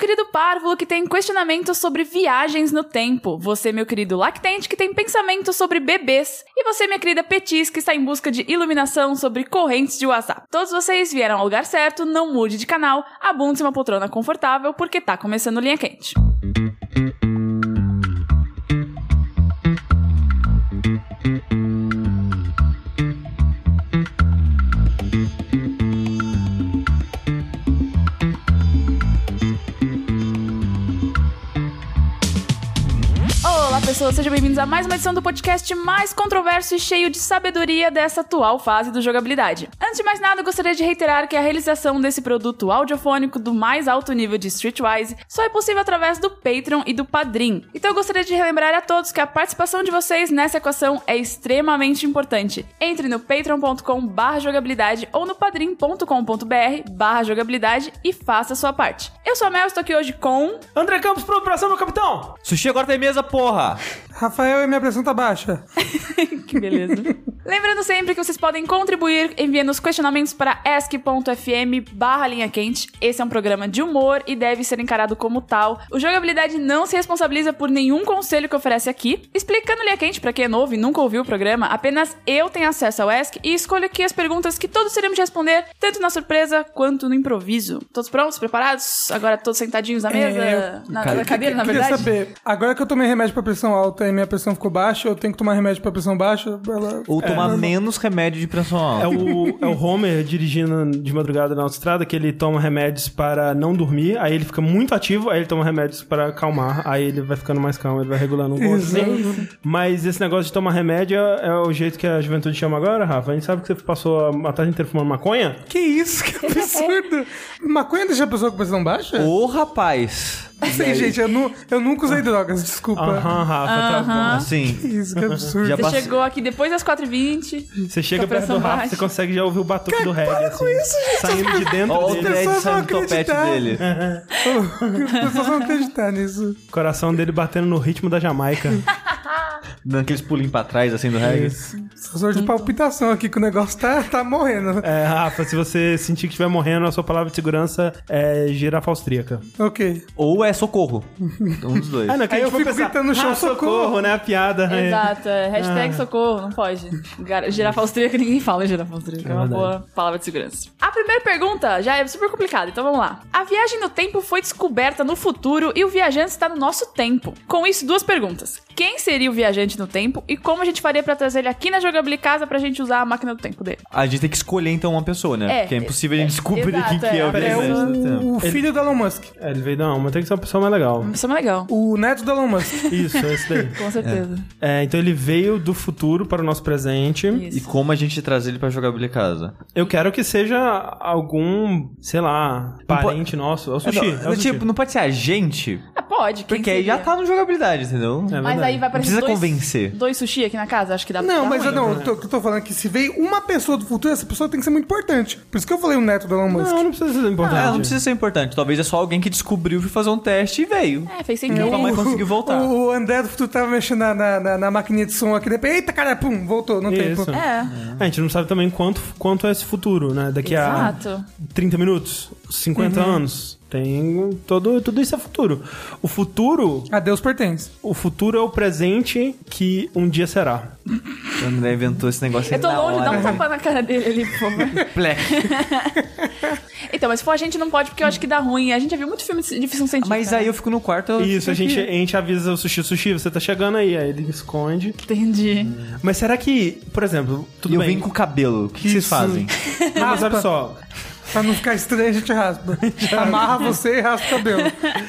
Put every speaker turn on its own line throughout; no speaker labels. querido Párvulo, que tem questionamentos sobre viagens no tempo. Você, meu querido Lactente, que tem pensamentos sobre bebês. E você, minha querida Petis, que está em busca de iluminação sobre correntes de WhatsApp. Todos vocês vieram ao lugar certo, não mude de canal, abunde uma poltrona confortável, porque tá começando Linha Quente. Olá, pessoas, sejam bem-vindos a mais uma edição do podcast mais controverso e cheio de sabedoria dessa atual fase do jogabilidade. Antes de mais nada, eu gostaria de reiterar que a realização desse produto audiofônico do mais alto nível de Streetwise só é possível através do Patreon e do Padrim. Então eu gostaria de relembrar a todos que a participação de vocês nessa equação é extremamente importante. Entre no patreon.com barra jogabilidade ou no padrim.com.br barra jogabilidade e faça a sua parte. Eu sou a Mel, estou aqui hoje com...
André Campos, pronto pra ação, meu capitão!
Sushi agora tem mesa, porra!
É,
Rafael, minha pressão tá baixa.
que beleza. Lembrando sempre que vocês podem contribuir enviando os questionamentos para ask.fm barra linha quente. Esse é um programa de humor e deve ser encarado como tal. O Jogabilidade não se responsabiliza por nenhum conselho que oferece aqui. Explicando linha quente para quem é novo e nunca ouviu o programa, apenas eu tenho acesso ao ask e escolho aqui as perguntas que todos teremos de responder, tanto na surpresa quanto no improviso. Todos prontos? Preparados? Agora todos sentadinhos na mesa? na, na cadeira, na
Queria
verdade?
saber, agora que eu tomei remédio pra pressão alta e minha pressão ficou baixa, eu tenho que tomar remédio pra pressão baixa? Ela-
Ou tomar menos remédio de pressão alta.
É o, é o Homer dirigindo de madrugada na autoestrada que ele toma remédios para não dormir, aí ele fica muito ativo, aí ele toma remédios para acalmar, aí ele vai ficando mais calmo, ele vai regulando um pouco. assim. Mas esse negócio de tomar remédio é é o jeito que a juventude chama agora, Rafa. A gente sabe que você passou a- a tarde inteira fumando maconha?
Que isso, que absurdo. Maconha deixa a pessoa com pressão
É um
baixa?
Ô, rapaz!
Sim, gente, eu, nu- eu nunca usei drogas, desculpa.
Aham, Rafa, tá bom.
Que
Assim,
isso, que absurdo.
Já
Você
Passa-
chegou aqui depois das 4h20.
Você chega
Com a
perto do
pressão
Rafa,
baixa.
você consegue já ouvir o batuque do reggae, assim, saindo de dentro
olha o
dele.
dread
pessoas vão
saindo do topete
acreditar.
dele.
É.
As pessoas vão acreditar nisso.
O coração dele batendo no ritmo da Jamaica.
Dando aqueles pulinhos pra trás, assim, do reggae.
Sensor de palpitação aqui que o negócio tá, tá morrendo.
É, Rafa, se você sentir que estiver morrendo, a sua palavra de segurança é girafa austríaca.
Ok.
Ou é socorro. Um dos dois.
Ah, não, que
Aí eu
for
fico gritando no chão,
ah, socorro,
socorro,
né? A piada. né?
Exato, é. Hashtag socorro, não pode. Gar- Girafa austríaca, é ninguém fala girafa austríaca. É uma
verdade.
boa palavra de segurança. A primeira pergunta já é super complicada, então vamos lá. A viagem no tempo foi descoberta no futuro e o viajante está no nosso tempo. Com isso, duas perguntas. Quem seria o viajante no tempo e como a gente faria pra trazer ele aqui na Jogabilicasa pra gente usar a máquina do tempo dele?
A gente tem que escolher, então, uma pessoa, né?
É,
Porque é impossível a gente descobrir
exato,
quem que é então.
é.
o
Peraí,
É
viajante do tempo.
o, o filho do Elon Musk.
É, ele veio, não, mas tem que ser uma pessoa mais legal.
Isso é mais legal.
O neto do Elon Musk.
Isso, é isso daí.
Com certeza.
É, então ele veio do futuro para o nosso presente.
E
Isso.
como a gente traz ele pra jogabilidade casa?
Eu quero que seja algum, sei lá, parente nosso. É o sushi. é o sushi.
tipo, não pode ser a gente,
Ah, pode. quem
porque aí já
seria?
tá no jogabilidade,
É
entendeu?
Mas
verdade.
aí vai
Não precisa
aparecer dois,
convencer.
dois sushi aqui na casa, acho que dá
Não,
dá
mas eu
ruim.
não, eu tô, eu tô falando que se veio uma pessoa do futuro, essa pessoa tem que ser muito importante. Por isso que eu falei o neto do Elon Musk.
Não, não precisa ser importante.
Ah, não precisa ser importante. Talvez é só alguém que descobriu, foi fazer um teste e veio.
É, fez
Nunca
sentido.
mais conseguiu voltar.
O André do futuro tava mexendo na, na, na- na maquininha de som aqui, de repente, eita, cara, pum, voltou no
Isso.
tempo.
É.
A gente não sabe também quanto, quanto é esse futuro, né? Daqui
Exato.
a 30 minutos, 50 anos. Tem todo, tudo isso é futuro. O futuro,
A Ah, Deus pertence.
o futuro é o presente que um dia será.
O André inventou esse negócio
Eu tô
aí na
longe, dá
hora.
um tapa na cara dele ali, por favor.
Plec.
Então, mas se for a gente não pode, porque eu acho que dá ruim. A gente já viu muito filme de ficção científica. né?
Mas aí eu fico no quarto. eu
Isso,
fico
a gente, é- a
aqui.
gente avisa o sushi, sushi, você tá chegando aí, aí ele esconde.
Entendi.
Mas será que, por exemplo, tudo
e eu
bem.
venho com o cabelo. O que, que vocês
Isso.
fazem?
Não, mas olha só.
Pra não ficar estranho, a gente raspa. Amarra você e raspa o cabelo.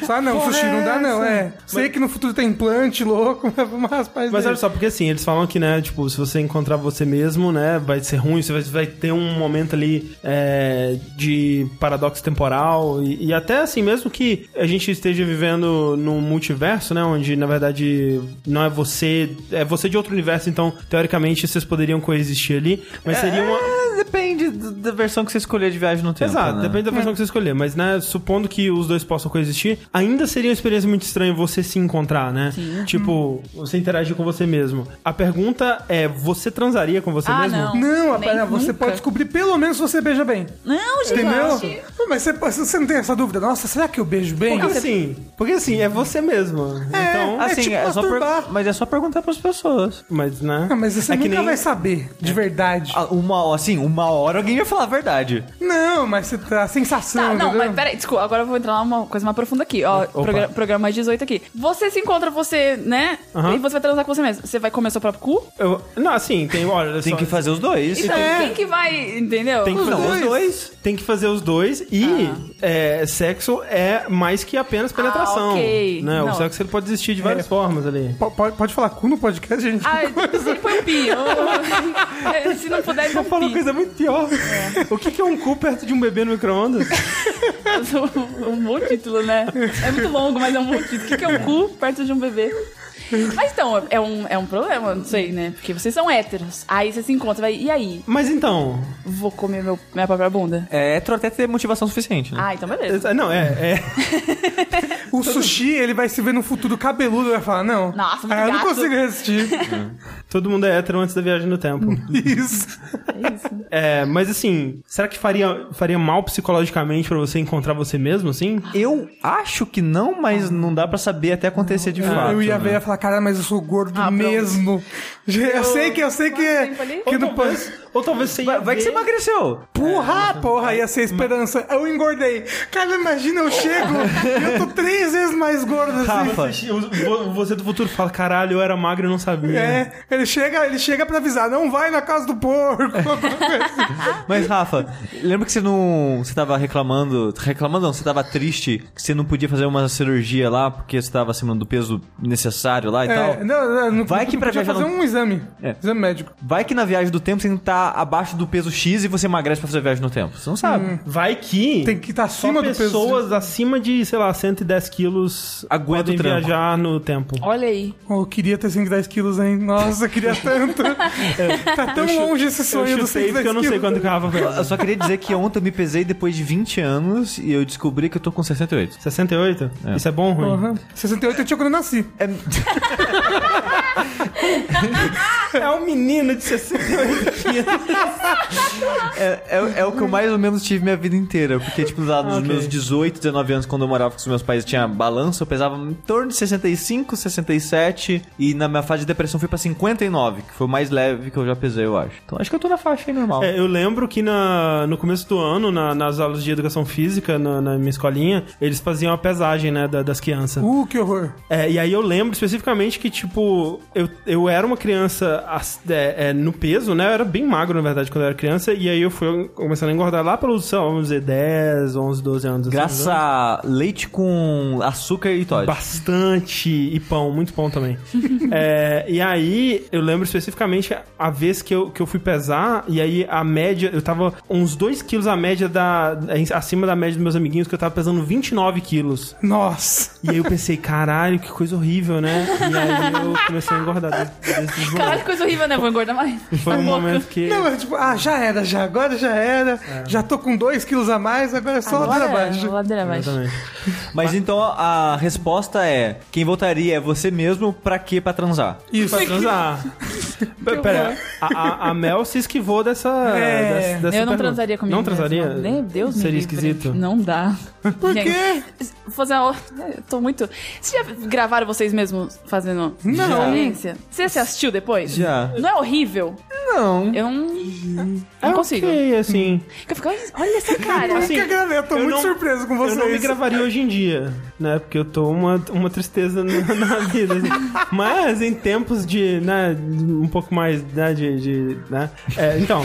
Só não,
Porra,
sushi, não dá
é
não,
essa?
é. Sei que no futuro tem implante, louco, mas vamos raspar isso
Mas
daí.
olha só, porque assim, eles falam que, né, tipo, se você encontrar você mesmo, né, vai ser ruim, você vai, vai ter um momento ali é, de paradoxo temporal e, e até assim, mesmo que a gente esteja vivendo num multiverso, né, onde na verdade não é você, é você de outro universo, então teoricamente vocês poderiam coexistir ali, mas seria uma...
Depende d- da versão que você escolher de viagem no tempo.
Exato,
né?
depende da
É.
versão que você escolher. Mas, né, supondo que os dois possam coexistir, ainda seria uma experiência muito estranha você se encontrar, né? Tipo, você interagir com você mesmo. A pergunta é, você transaria com você
Ah,
mesmo?
não.
Não, rapaz,
Nem
não, você
nunca.
pode descobrir pelo menos se você beija bem.
Não, gente.
Entendeu?
eu acho-
Mas você, você não tem essa dúvida? Nossa, será que eu beijo bem?
Porque assim, porque assim, é você mesmo. Então,
É
Assim,
tipo
é só per-
masturbar.
Mas é só perguntar pras pessoas.
mas né?
Ah, mas você
é que
nunca
nem- É.
vai saber, de verdade.
Ah, Uma, assim, uma hora alguém vai falar a verdade.
Não, mas você tá a sensação.
Tá, não,
entendeu?
mas peraí, desculpa, agora eu vou entrar numa coisa mais profunda aqui, ó, progra- programa 18 aqui. Você se encontra você, né,
Aham.
e você vai transar com você mesmo, você vai comer seu próprio cu?
Eu- não, assim, tem, olha,
Tem
só-
que fazer os dois.
Então,
É.
quem que vai, entendeu?
Tem que
Os
fazer
dois.
os dois. Tem que fazer os dois e
Ah.
é, sexo é mais que apenas penetração.
ok.
né? O
Não.
sexo ele pode existir de
É.
várias formas ali.
Po- pode, pode falar cu no podcast, gente?
Ah, se põe o pi. eu- É, se não puder, põe
Falou
o pi.
coisa muito pior. O que que é um cu perto de um bebê no micro-ondas?
Um bom título, né? É muito longo, mas é um bom título. O que que é um cu perto de um bebê? Mas então, é um, é um problema, eu não sei, né? Porque vocês são héteros. Aí você se encontra, vai, e aí?
Mas então.
Vou comer meu, minha própria bunda?
É, hétero até ter motivação suficiente, né?
Ah, então beleza.
é- Não, é. é-
O sushi, ele vai se ver no futuro cabeludo e vai falar, não.
Nossa, muito
ah, eu não
gato.
consigo resistir.
todo mundo é hétero antes da viagem no tempo.
Isso.
É isso.
É, mas assim, será que faria, faria mal psicologicamente pra você encontrar você mesmo, assim?
Eu acho que não, mas não dá pra saber até acontecer
Ah.
de fato.
eu ia ver e
né?
ia falar, cara, mas eu sou gordo
Ah, pronto.
mesmo. Eu, sei que, eu sei que.
tempo ali?
que
Ou
não pode.
talvez, ou talvez você. ia
Vai, vai que você
ver-
emagreceu. É.
Porra, porra, ia ser a esperança. Eu engordei. Cara, imagina, eu chego e eu tô três vezes mais gordo assim.
Rafa.
Você- Você do futuro fala, caralho, eu era magro e não sabia.
É, ele chega, ele chega pra avisar, não vai na casa do porco.
Mas, Rafa, lembra que você não. Você tava reclamando. Reclamando não, você tava triste que você não podia fazer uma cirurgia lá porque você tava acima do peso necessário lá e
É,
tal.
não, não, não,
Vai que
não
pra
podia
viajar
fazer
não-
um exame.
É.
Exame médico.
Vai que na viagem do tempo você não tá abaixo do peso X e você emagrece pra fazer a viagem no tempo. Você não sabe.
Vai que.
Tem que estar
só
acima do peso.
pessoas acima de, sei lá, 110 quilos
Aguenta
podem
o tranco.
viajar no tempo.
Olha aí.
Oh, eu queria ter 110 quilos, hein? Nossa, eu queria tanto. tá tão longe esse sonho
eu
dos
chutei
110
porque eu não sei
quilos.
quanto que a Rafa pesa.
Eu só queria dizer que ontem eu me pesei depois de 20 anos e eu descobri que eu tô com 68.
68? Isso é bom ou ruim?
Aham. 68 eu tinha quando eu nasci.
É,
É um menino de 68 quilos.
é- é- é o que eu mais ou menos tive minha vida inteira. Porque, tipo, lá nos
ok.
meus 18, 19 anos, quando eu morava com os meus pais e tinha balanço, eu pesava em torno de 65, 67. E na minha fase de depressão fui pra 59, que foi o mais leve que eu já pesei, eu acho. Então acho que eu tô na faixa aí normal.
É, eu lembro que na- no começo do ano, na- nas aulas de educação física, na, na minha escolinha, eles faziam a pesagem, né, da- das crianças.
Uh, que horror.
É, e aí eu lembro especificamente que, tipo, eu, eu era uma criança as- é, é, no peso, né? Eu era bem magro, na verdade, quando eu era criança. E aí eu fui começando a engordar lá pelos, sei lá, vamos dizer, 10, 11, 12 anos. assim,
Graças
né?
a leite com açúcar e Todd.
Bastante. E pão, muito pão também. É, e aí, eu lembro especificamente a vez que eu, que eu fui pesar, e aí a média, eu tava uns 2 quilos a média da. é, acima da média dos meus amiguinhos, que eu tava pesando 29 quilos.
Nossa.
E aí eu pensei, caralho, que coisa horrível, né? E aí eu comecei a engordar desde, desde esse
Caralho,
momento.
que coisa horrível, né? Vou engordar mais.
Foi
Tá
um
louco.
momento que.
Não, mas tipo, ah, já era, já. Agora já era.
É.
Já tô com 2 quilos a mais, agora é só ladeira
Agora,
abaixo.
Ladeira abaixo.
Exatamente.
Mas então a resposta é: quem votaria é você mesmo, pra quê? Pra transar.
Isso.
Pra transar. P- Pera, a, a- a Mel se esquivou dessa.
É.
dessa- dessa
eu não
pergunta.
transaria comigo.
Não
mesma.
transaria?
Meu Deus, me
Seria
livre.
esquisito.
Não dá. Por
é.
quê?
Fazer uma... É, Eu tô muito... Vocês já gravaram vocês mesmos fazendo
Não.
experiência? Você se assistiu depois?
Já.
Não é horrível?
Não.
Eu não...
É
Não consigo.
ok, assim.
Eu fico, "Olha- olha essa cara.
Assim,
Nunca gravei, eu tô
eu
muito
não-
surpreso com vocês.
Eu não me gravaria hoje em dia, né? Porque eu tô uma, uma tristeza na, na vida. assim. Mas em tempos de, né, um pouco mais, né, de, de, né? É, então,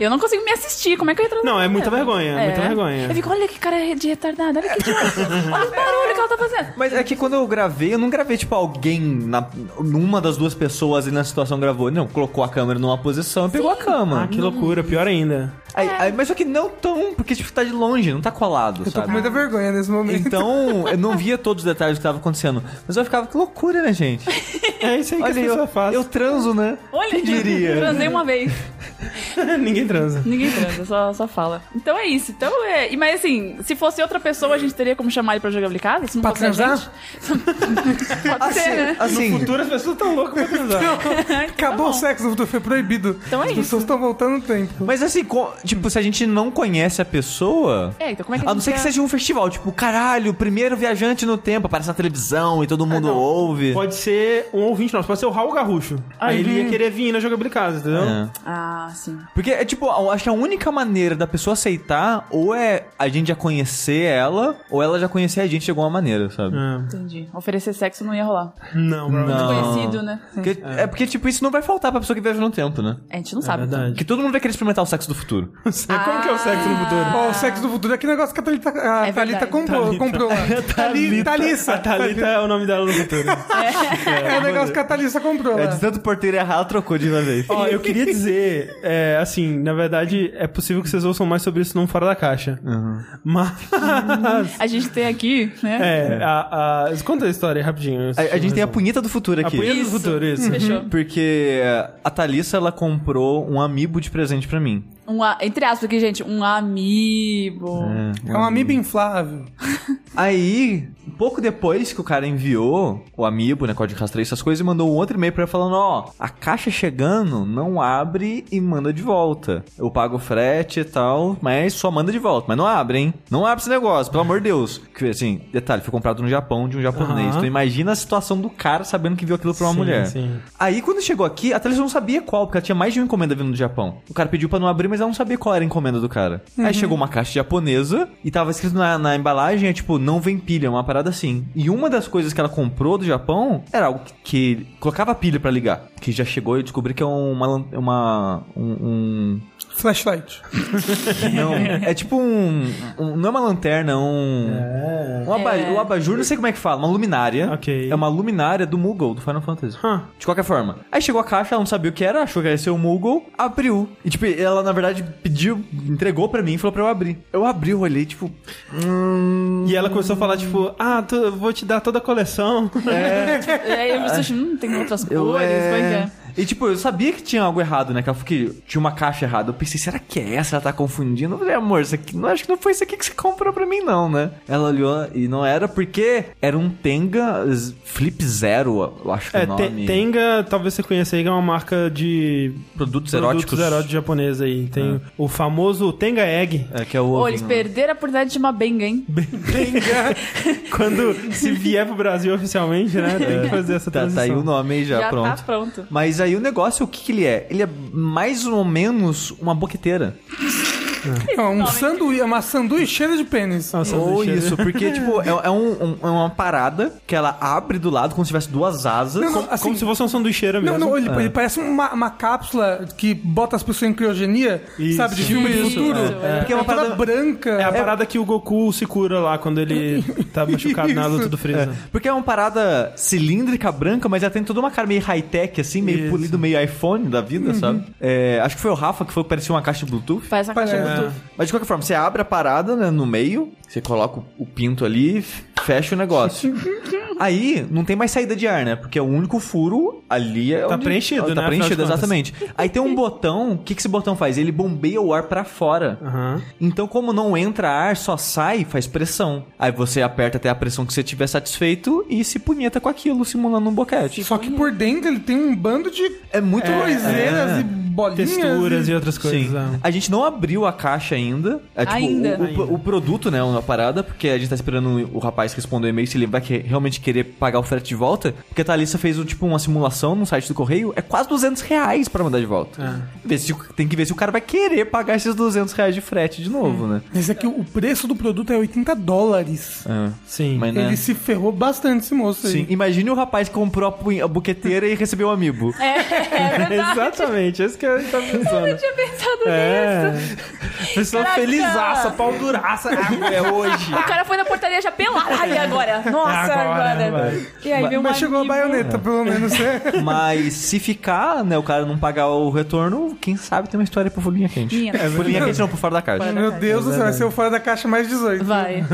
Eu não consigo me assistir. Como é que eu entro
Não, é muita vergonha, é muita vergonha.
Eu fico, olha que cara de retardada. Olha que idiota. olha o barulho que ela tá fazendo.
Mas é que quando eu gravei, eu não gravei, tipo, alguém na, numa das duas pessoas ali na situação gravou. Não, colocou a câmera numa posição e pegou a
ah,
cama.
que loucura, pior ainda.
Aí- aí- mas só que não tão, porque, tipo, tá de longe, não tá colado,
Tô com
sabe?
muita
Ah.
vergonha nesse momento.
Então, eu não via todos os detalhes do que tava acontecendo. Mas eu ficava, que loucura, né, gente?
É isso aí que
Olha,
as pessoas
eu,
fazem.
eu transo, né?
Olha,
Quem diria?
transei uma vez.
Ninguém transa.
Ninguém transa, só, só fala. Então é isso. Então é... e- Mas assim, se fosse outra pessoa, a gente teria como chamar ele pra jogar brincada? Se não
Pra
fosse a
transar?
gente?
Ah,
Pode ser, né?
No
Assim,
futuro as pessoas estão loucas pra transar. Então tá
Acabou o
bom.
sexo, no futuro foi proibido.
Então é
As
isso.
pessoas estão voltando no tempo.
mas assim, co- tipo, se a gente não conhece a pessoa.
É, então como é que a
A não
gente
ser que
ia-
seja um festival, tipo, caralho, primeiro viajante no tempo, aparece na televisão e todo mundo ouve.
Pode ser um ouvinte nosso, pode ser o Raul Garrucho. Aí ele ia querer vir na jogabilidade, entendeu?
É.
Ah, sim.
Porque é tipo, a- acho que a única maneira da pessoa aceitar, ou é a gente já conhecer ela, ou ela já conhecer a gente de alguma maneira, sabe?
É.
Entendi. Oferecer sexo não ia rolar.
Não, provavelmente.
Conhecido, né? Sim.
Porque- é. porque, tipo, isso não vai faltar pra pessoa que viaja no tempo, né?
A gente não sabe.
É verdade.
Que todo mundo vai querer experimentar o sexo do futuro.
Como que é o sexo no futuro?
Ó, o sexo do futuro é que negócio que a Thalita, a
É
Thalita
verdade.
comprou, comprou lá. Thali- Thalissa.
A Ah. Thalita é o nome dela no futuro.
É o negócio que a Thalissa comprou né? lá.
É, tanto porteiro errar, ela trocou de uma vez.
Ó, eu queria dizer, é, assim, na verdade, é possível que vocês ouçam mais sobre isso num Fora da Caixa. Mas.
A gente tem aqui, né?
É, a, a- conta a história aí rapidinho.
A, a gente tem a punheta do futuro
A
aqui.
punheta do
Isso.
futuro, isso.
Fechou.
Porque a Thalissa, ela comprou um amiibo de presente pra mim.
Um a- entre aspas aqui, gente, um amiibo.
É um amiibo inflável.
Aí, pouco depois que o cara enviou o amiibo, né, código rastreio, essas coisas, e mandou um outro e-mail pra ela falando, ó, a caixa chegando, não abre e manda de volta. Eu pago o frete e tal, mas só manda de volta. Mas não abre, hein? Não abre esse negócio, pelo amor de Deus. Que, assim, detalhe, foi comprado no Japão de um japonês.
Aham.
Então imagina a situação do cara sabendo que viu aquilo pra uma
Sim,
mulher.
sim.
Aí, quando chegou aqui, a Thalissa não sabia qual, porque ela tinha mais de uma encomenda vindo do Japão. O cara pediu pra não abrir, mas ela não sabia qual era a encomenda do cara.
Uhum.
Aí chegou uma caixa japonesa e tava escrito na, na embalagem, é tipo, não vem pilha, uma parada assim. E uma das coisas que ela comprou do Japão era algo que, que colocava pilha pra ligar. Que já chegou e eu descobri que é uma... lan- uma um, um-
Flashlight.
não, é tipo um, um- Não é uma lanterna, é um... Um aba-
É.
O abajur, não sei como é que fala, uma luminária.
Ok.
É uma luminária do Moogle, do Final Fantasy.
Hã.
De qualquer forma. Aí chegou a caixa, ela não sabia o que era, achou que ia ser o Moogle, abriu. E, tipo, ela, na verdade, pediu, entregou pra mim e falou pra eu abrir. Eu abri, eu olhei, tipo... Hum...
E ela começou a falar, tipo, ah, tu- eu vou te dar toda a coleção.
E aí eu disse, hum, tem outras
Eu,
cores,
é...
como é que é?
E, tipo, eu sabia que tinha algo errado, né? Que, ela, que tinha uma caixa errada. Eu pensei, será que é essa? Ela tá confundindo? Eu falei, amor, isso aqui, não, acho que não foi isso aqui que você comprou pra mim, não, né? Ela olhou e não era porque era um Tenga Z- Flip Zero, eu acho que é
É,
o
Te-
nome.
Tenga, talvez você conheça aí, que é uma marca de
Produtos,
produtos
eróticos. Ah.
eróticos japonesa aí. Tem o famoso Tenga Egg.
É, que é o
Pô,
ovinho,
eles
né?
perderam a oportunidade de chamar Benga, hein?
Quando se vier pro Brasil oficialmente, né? Tem que fazer essa
Tá,
transição.
tá aí o nome aí já,
Já tá
pronto.
pronto.
Mas aí o negócio, o que, que ele é? Ele é mais ou menos uma boqueteira.
É um sanduí é uma sanduicheira de pênis.
Nossa,
Ou
deixa-
isso, porque, tipo, é, é um- um- é uma parada que ela abre do lado como se tivesse duas asas.
Não, não,
Como se fosse uma sanduicheira mesmo.
Não, não, ele, ele parece uma, uma cápsula que bota as pessoas em criogenia,
Isso.
sabe? De filme do
Isso,
futuro.
é.
Porque é uma parada branca.
É a parada que o Goku se cura lá quando ele tá machucado na
Isso.
luta do Freeza.
Porque é uma parada cilíndrica, branca, mas ela tem toda uma cara meio high-tech, assim, meio
Isso.
polido, meio iPhone da vida, sabe? É, acho que foi o Rafa que foi parecia uma caixa de Bluetooth.
Faz essa caixa
Parece.
de
É.
Bluetooth.
Mas de qualquer forma, você abre a parada né, no meio, você coloca o- o pinto ali, f- fecha o negócio. Aí não tem mais saída de ar, né? Porque é o único furo ali. É
Tá
onde-
preenchido, né,
Tá
afinal de
preenchido,
contas.
exatamente. Aí tem um botão. O que, que esse botão faz? Ele bombeia o ar pra fora.
Aham.
Então, como não entra ar, só sai, faz pressão. Aí você aperta até a pressão que você tiver satisfeito e se punheta com aquilo, simulando um boquete.
Só que por dentro ele tem um bando de
É muito
coiseiras
é.
e bolinhas.
Texturas e
e...
outras coisas.
Sim.
ah.
A gente não abriu a caixa ainda. É, tipo,
Ainda.
O, o- o produto, né? Uma parada, porque a gente tá esperando o rapaz responder o e-mail se ele vai que- realmente querer pagar o frete de volta. Porque a Thalissa fez um, tipo uma simulação no site do correio. É quase 200 reais pra mandar de volta. Vê se o- tem que ver se o cara vai querer pagar esses 200 reais de frete de novo, né?
Esse aqui, o preço do produto é 80 dólares.
É.
Sim.
Mas, né?
Ele se ferrou bastante, esse moço aí.
Sim. Imagine o rapaz que comprou a, pu- a buqueteira e recebeu um o amiibo.
É, é verdade.
Exatamente, é isso que a gente tá
Eu não
pensando.
tinha pensado nisso.
É. Pessoa
Caraca.
felizaça, pau duraça. Ah, É hoje.
O cara foi na portaria estaria já pelada. Ai, agora? Nossa,
É agora,
agora.
vai.
E aí, um meu
Mas chegou a baioneta, pelo menos, né?
Mas se ficar, né, o cara não pagar o retorno, quem sabe tem uma história pro Folhinha Quente.
Minha. É
Folhinha Quente não, pro Fora da Caixa.
Meu Deus do céu, vai ser o fora da caixa mais 18.
Vai.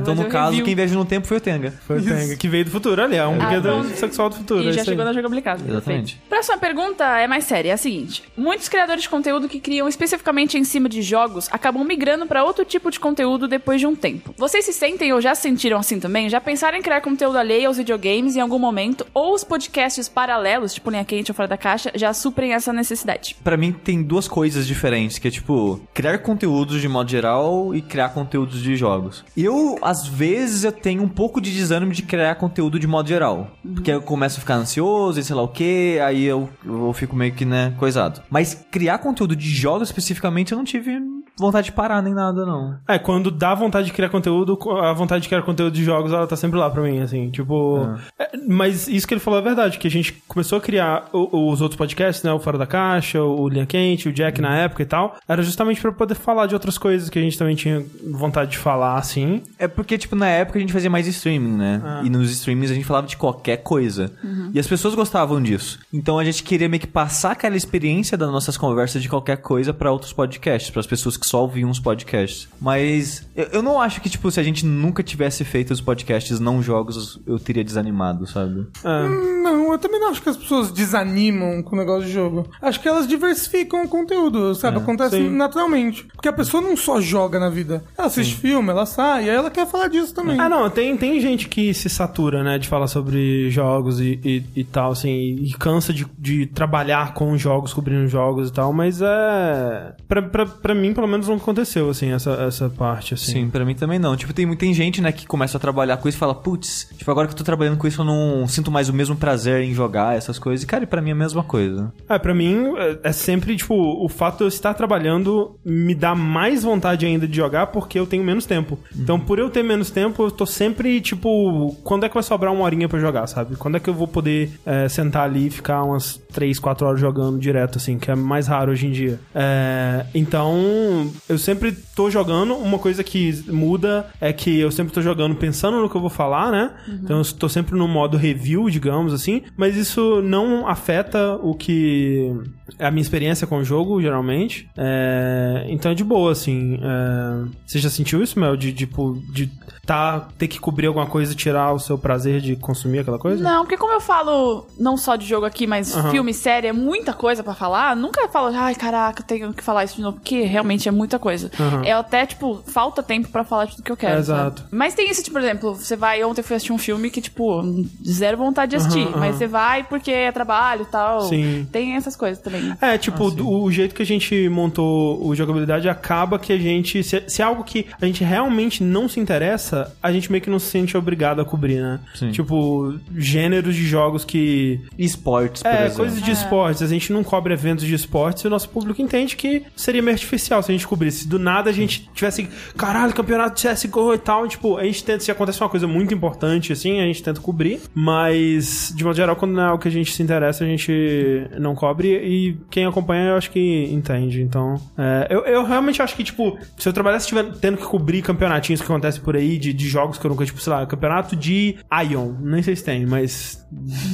Então,
Mas
no
eu
caso,
review.
quem viajou no tempo foi o Tenga.
Foi o Tenga, que veio do futuro, ali, é um brinquedo
pronto.
sexual do futuro. é
Ah, então, E já
isso aí.
chegou na jogabilidade.
Exatamente.
perfeito. Próxima pergunta é mais séria, é a seguinte: muitos criadores de conteúdo que criam especificamente em cima de jogos acabam migrando pra outro tipo de conteúdo depois de um tempo. Vocês se sentem ou já se sentiram assim também? Já pensaram em criar conteúdo alheio aos videogames em algum momento? Ou os podcasts paralelos, tipo Linha Quente ou Fora da Caixa, já suprem essa necessidade?
Pra mim tem duas coisas diferentes, que é tipo, criar conteúdos de modo geral e criar conteúdos de jogos. Eu, às vezes, eu tenho um pouco de desânimo de criar conteúdo de modo geral. Porque eu começo a ficar ansioso e sei lá o que, aí eu, eu fico meio que, né, coisado. Mas criar conteúdo de jogos especificamente, eu não tive vontade de parar nem nada, não.
É, quando dá vontade de criar conteúdo, a vontade de criar conteúdo de jogos, ela tá sempre lá pra mim, assim, tipo...
Ah.
É, mas isso que ele falou é verdade, que a gente começou a criar o- os outros podcasts, né, o Fora da Caixa, o Linha Quente, o Jack
Uhum.
na época e tal, era justamente pra poder falar de outras coisas que a gente também tinha vontade de falar, assim.
É porque, tipo, na época a gente fazia mais streaming, né?
Ah.
E nos streamings a gente falava de qualquer coisa. E as pessoas gostavam disso. Então a gente queria meio que passar aquela experiência das nossas conversas de qualquer coisa pra outros podcasts, pras pessoas que só ouviam os podcasts. Mas eu, eu não acho que, tipo, se a gente nunca tivesse feito os podcasts não jogos, eu teria desanimado, sabe?
Ah.
Não, eu também não acho que as pessoas desanimam com o negócio de jogo. Acho que elas diversificam o conteúdo, sabe? Acontece
É, sim.
naturalmente. Porque a pessoa não só joga na vida. Ela assiste filme, ela sai, aí ela quer falar disso também.
Ah, não, tem, tem gente que se satura, né, de falar sobre jogos e, e, e tal, assim, e cansa de, de trabalhar com jogos, cobrindo jogos e tal, mas é... Pra, pra, pra mim, pelo menos, não aconteceu, assim, essa, essa parte, assim.
Sim, pra mim também não. Tipo, tem muita gente, né, que começa a trabalhar com isso e fala, putz, tipo, agora que eu tô trabalhando com isso, eu não sinto mais o mesmo prazer em jogar essas coisas. E, cara, pra mim é a mesma coisa.
É, pra mim, é- é sempre, tipo, o fato de eu estar trabalhando me dá mais vontade ainda de jogar porque eu tenho menos tempo. Então, por eu ter menos tempo, eu tô sempre, tipo, quando é que vai sobrar uma horinha pra jogar, sabe? Quando é que eu vou poder é, sentar ali e ficar umas 3, 4 horas jogando direto, assim, que é mais raro hoje em dia. É, então, eu sempre tô jogando. Uma coisa que muda é que eu sempre tô jogando pensando no que eu vou falar, né? Então, eu tô sempre no modo review, digamos assim. Mas isso não afeta o que é a minha experiência com o jogo, geralmente. É, então é de boa, assim. É, você já sentiu isso, Mel? De, tipo, de tá, ter que cobrir alguma coisa e tirar o seu prazer de consumir aquela coisa?
Não, porque como eu falo não só de jogo aqui, mas
Aham.
filme, série, é muita coisa pra falar, nunca falo, ai, caraca, tenho que falar isso de novo, porque realmente é muita coisa.
Aham.
É até, tipo, falta tempo pra falar de tudo que eu quero.
É,
sabe?
exato.
Mas tem isso, tipo, por exemplo, você vai, ontem eu fui assistir um filme que, tipo, zero vontade de assistir,
Aham,
mas
aham.
você vai porque é trabalho e tal.
Sim.
Tem essas coisas também.
É, tipo, o, o jeito que a gente montou o jogabilidade acaba que a gente. Se, se é algo que a gente realmente não se interessa, a gente meio que não se sente obrigado a cobrir, né?
Sim.
Tipo, gêneros de jogos que.
Esportes, por
É,
exemplo.
coisas de esportes. A gente não cobre eventos de esportes e o nosso público entende que seria meio artificial se a gente cobrisse. Do nada a gente tivesse, caralho, campeonato de CSGO e tal. e, tipo, a gente tenta, se acontece uma coisa muito importante, assim, a gente tenta cobrir. Mas, de modo geral, quando não é algo que a gente se interessa, a gente não cobre. E quem acompanha, eu acho que entende. Então, é, eu, eu realmente acho que, tipo, se eu trabalhasse tiver- tendo que cobrir campeonatinhos que acontecem por aí, de, de jogos que eu nunca, tipo, sei lá, campeonato de Ion, nem sei se tem, mas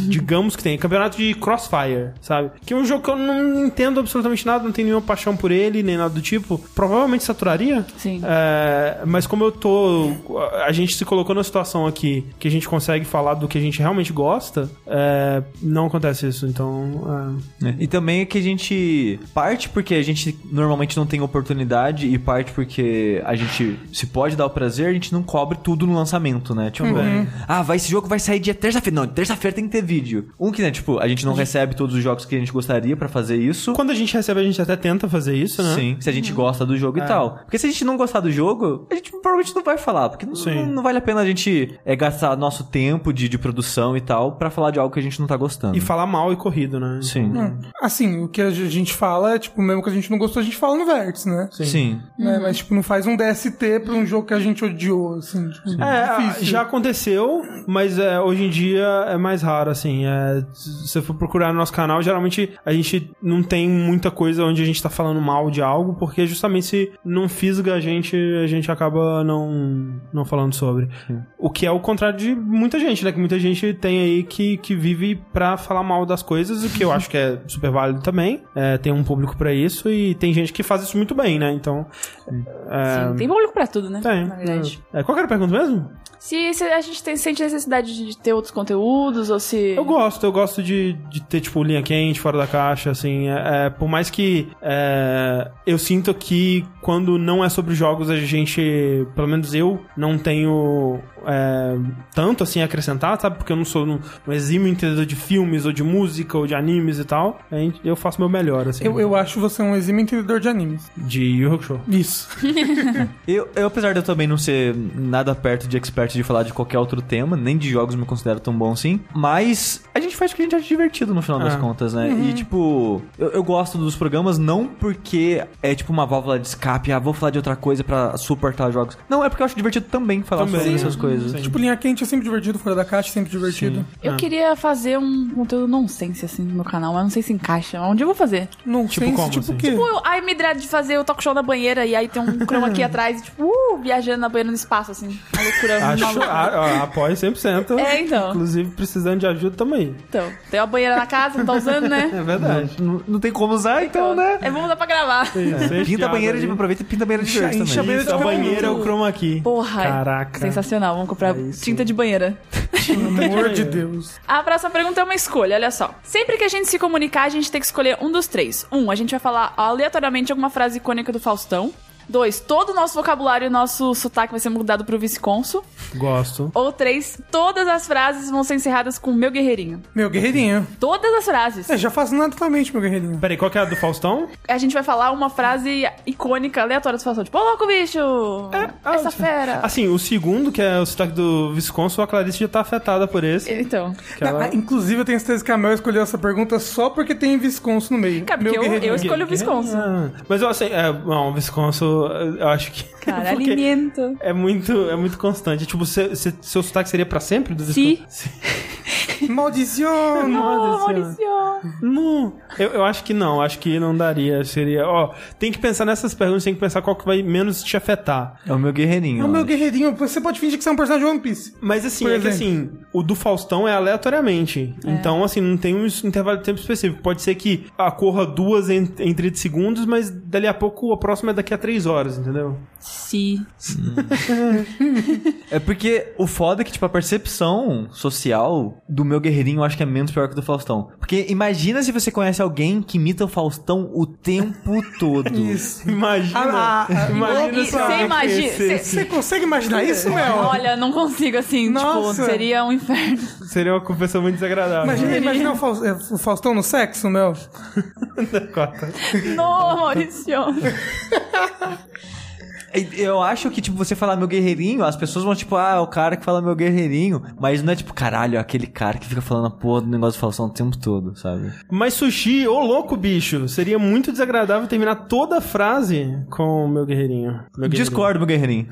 digamos que tem, campeonato de Crossfire, sabe? Que é um jogo que eu não entendo absolutamente nada, não tenho nenhuma paixão por ele, nem nada do tipo, provavelmente saturaria.
Sim.
É, mas como eu tô. A gente se colocou numa situação aqui que a gente consegue falar do que a gente realmente gosta, é, não acontece isso, então. é.
É. E também é que a gente parte porque a gente normalmente não tem oportunidade e parte porque a gente se pode dar o prazer, a gente não cobre tudo no lançamento, né? Tipo,
É.
ah, vai esse jogo vai sair dia terça-feira. Não, terça-feira tem que ter vídeo. Um que, né, tipo, a gente não recebe todos os jogos que a gente gostaria pra fazer isso.
Quando a gente recebe, a gente até tenta fazer isso, né? É.
Sim, se a gente gosta do jogo e tal. Porque se a gente não gostar do jogo, a gente provavelmente não vai falar. Porque não,
Sim.
não vale a pena a gente é, gastar nosso tempo de, de produção e tal pra falar de algo que a gente não tá gostando.
E falar mal e corrido, né?
Sim.
Assim, o que a gente fala é, tipo, mesmo que a gente não gostou, a gente fala no vértice, né?
Sim.
Né? Mas, tipo, não faz um DST pra um jogo que a gente odiou, assim. Tipo,
É,
difícil.
já aconteceu, mas é, hoje em dia é mais raro, assim. É, se você for procurar no nosso canal, geralmente a gente não tem muita coisa onde a gente tá falando mal de algo, porque justamente se não fisga a gente, a gente acaba não, não falando sobre. O que é o contrário de muita gente, né? Que muita gente tem aí que, que vive pra falar mal das coisas, o que eu acho que é super válido também. É, tem um público pra isso e tem gente que faz isso muito bem, né? Então.
Sim, tem público pra tudo, né?
É. Tem.
Na verdade.
É, qual que era a pergunta mesmo?
Se, se a gente tem- sente necessidade de ter outros conteúdos, ou se.
Eu gosto, eu gosto de, de ter, tipo, linha quente, fora da caixa, assim. É, é, por mais que é, eu sinto que quando não é sobre jogos, a gente, pelo menos eu, não tenho é, tanto assim a acrescentar, sabe? Porque eu não sou um, um exímio entendedor de filmes, ou de música, ou de animes e tal. A gente- Eu faço meu melhor, assim.
Eu, eu acho você um exímio entendedor de animes.
De Yu Yu Hakusho.
Isso.
Eu, eu, apesar de eu também não ser nada perto de expert de falar de qualquer outro tema, nem de jogos me considero tão bom assim, mas a gente faz o que a gente acha divertido no final das
Ah.
contas, né? E, tipo, eu, eu gosto dos programas não porque é, tipo, uma válvula de escape, ah, vou falar de outra coisa pra suportar jogos. Não, é porque eu acho divertido também falar
Também.
sobre
Sim.
essas coisas.
Sim.
Tipo, linha quente é sempre divertido, fora da caixa é sempre divertido.
Eu
Ah,
Ah.
queria fazer um conteúdo nonsense, assim, no meu canal, mas não sei se encaixa. Onde eu vou fazer?
Não
Tipo
sei
como,
se, tipo
assim?
o quê?
É.
Tipo, eu- ai, me dread de fazer o talk show na banheira e aí tem um chroma aqui atrás, e, tipo, uh, viajando na banheira no espaço, assim. Uma loucura
Acho,
maluca.
a, a, apoio 100%.
É, então.
Inclusive, precisando de ajuda, tamo aí.
Então, tem uma banheira na casa, não tá usando, né?
É verdade.
Não, não tem como usar, então, né?
É, vamos dar pra gravar.
É.
Pinta a banheira de. Aproveita e pinta a banheira de
Enche-
verde
enche
Isso,
a
também.
banheira de
a
cabelo.
banheira é o chroma aqui.
Porra, é
Caraca.
sensacional. Vamos comprar
É
tinta de banheira.
Pelo amor de Deus.
A próxima pergunta é uma escolha, olha só. Sempre que a gente se comunicar, a gente tem que escolher um dos três. Um, a gente vai falar aleatoriamente alguma frase icônica do Faustão. Dois, todo o nosso vocabulário e nosso sotaque vai ser mudado pro vice-consul.
Gosto.
Ou três, todas as frases vão ser encerradas com meu guerreirinho.
Meu guerreirinho.
Todas as frases.
É, já faço naturalmente, meu guerreirinho.
Peraí, qual que é a do Faustão?
A gente vai falar uma frase icônica, aleatória do Faustão. Tipo, ô louco, bicho!
Ah,
essa fera!
Assim, o segundo, que é o sotaque do Visconso, a Clarice já tá afetada por esse.
Então,
que ela-
Ah, inclusive, eu tenho certeza que a Mel escolheu essa pergunta só porque tem Visconso no meio.
cara,
meu
porque eu, eu
guerreirinho.
escolho o Visconso.
Ah, mas eu assim, é, não, o Visconso, eu acho que.
Cara,
porque
alimento.
É muito, é muito constante. Tipo, se- se- seu sotaque seria pra sempre do
Sim.
Visconso? Sim.
Maldição!
Ô,
Nossa senhora.
Maurício!
Não, eu, eu acho que não, acho que não daria. Seria, ó, tem que pensar nessas perguntas, tem que pensar qual que vai menos te afetar.
É o meu guerreirinho.
É o meu
ó.
guerreirinho. Você pode fingir que você é um personagem de One Piece.
Mas assim,
Por
é que assim,
exemplo.
o do Faustão é aleatoriamente.
É.
Então, assim, não tem um es- intervalo de tempo específico. Pode ser que ah, corra duas em, em 30 segundos, mas dali a pouco a próxima é daqui a 3 horas, entendeu?
Sim.
É porque o foda é que, tipo, a percepção social do meu guerreirinho eu acho que é menos pior que a do Faustão. Porque imagina se você conhece alguém que imita o Faustão o tempo todo. Isso.
Imagina.
Ah, ah, ah,
imagina
E
se
você
alguém
imagina-
conhecesse.
Você consegue imaginar isso,
é,
Mel?
Olha, não consigo, assim,
Nossa.
tipo, seria um inferno.
Seria uma conversa muito desagradável.
Imagina, imagina o, Faus- é, o Faustão no sexo, Mel.
Cota.
Não, Maurício!
Eu acho que, tipo, você falar meu guerreirinho, as pessoas vão, tipo, ah, é o cara que fala meu guerreirinho. Mas não é, tipo, caralho, é aquele cara que fica falando a porra do negócio do Faustão o tempo todo, sabe?
Mas sushi, ô louco, bicho. Seria muito desagradável terminar toda a frase com o meu guerreirinho. Meu guerreirinho.
Discordo, meu guerreirinho.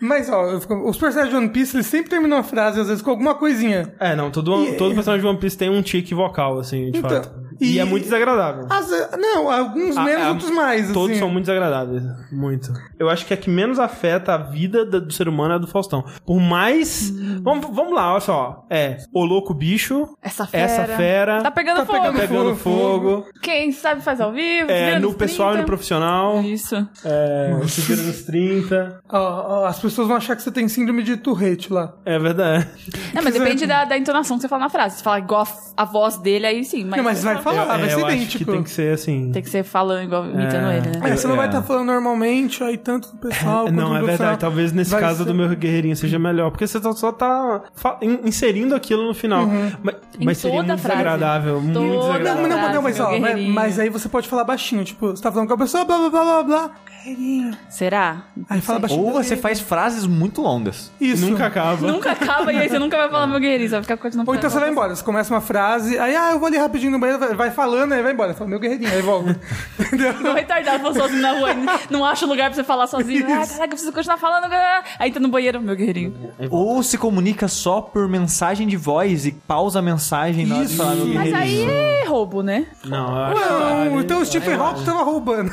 Mas, ó, eu fico- os personagens de One Piece, eles sempre terminam a frase, às vezes, com alguma coisinha.
É, não, todo, todo personagem de One Piece tem um tique vocal, assim, de
Então,
fato. E,
e-
é muito desagradável.
Às ve- não, alguns
Ah,
menos,
é,
outros mais.
Todos
assim.
são muito desagradáveis. Muito. Eu acho que a que menos afeta a vida da- do ser humano é a do Faustão. Por mais.
Hum.
Vamos, vamos lá, olha só. É. O louco bicho.
Essa fera.
Essa fera.
Tá pegando
Tá
fogo. Tá
pegando
pegando
fogo,
fogo.
Quem sabe faz ao vivo.
É,
vira
no
nos
pessoal e no
30.
profissional.
Isso.
É, se vira nos 30.
Ó, ó, as pessoas vão achar que você tem síndrome de Tourette lá.
É verdade.
É, mas depende da, da entonação que você fala na frase. Se fala igual a, f- a voz dele, aí sim. Mas,
Não, mas vai falar,
eu,
vai
é,
ser
eu acho
idêntico.
que tem que ser assim.
Tem que ser falando igual, imitando ele, né?
Aí você não
É.
vai estar falando normalmente, aí tanto do pessoal. quanto do
Não, é
profissional
verdade. Talvez nesse
vai
caso
ser-
do meu guerreirinho seja melhor. Porque você só- só tá fa- in- inserindo aquilo no final. Mas,
Uhum. Em
mas seria
toda
muito
a frase.
desagradável.
Toda
Muito
a
desagradável.
Não, mas não, mas
frase,
não, mas
meu
ó, mas,
guerreirinho.
mas aí você pode falar baixinho, tipo, você tá falando com a pessoa, blá blá blá blá blá. Devagarinho.
Será?
Aí fala baixinho.
Ou você faz frases muito longas.
Isso.
Nunca acaba.
Nunca acaba e aí você nunca vai falar meu guerreiro, você vai ficar continuando.
Ou então você vai embora, você começa uma frase, aí, ah, eu vou ali rapidinho no banheiro, vai- vai falando, aí vai embora. Fala, meu guerreirinho, aí volta. Entendeu?
Não retardado, vou sozinho na rua, não acho lugar pra você falar sozinho. Ah,
Isso.
caraca, eu preciso continuar falando. ah. Aí entra no banheiro, meu guerreirinho.
É
Ou se comunica só por mensagem de voz e pausa a mensagem na hora de
Isso.
falar meu
Mas
Mas
guerreirinho.
aí é roubo, né?
Não, eu acho que
Não,
vale.
então o Stephen Hawking tava roubando.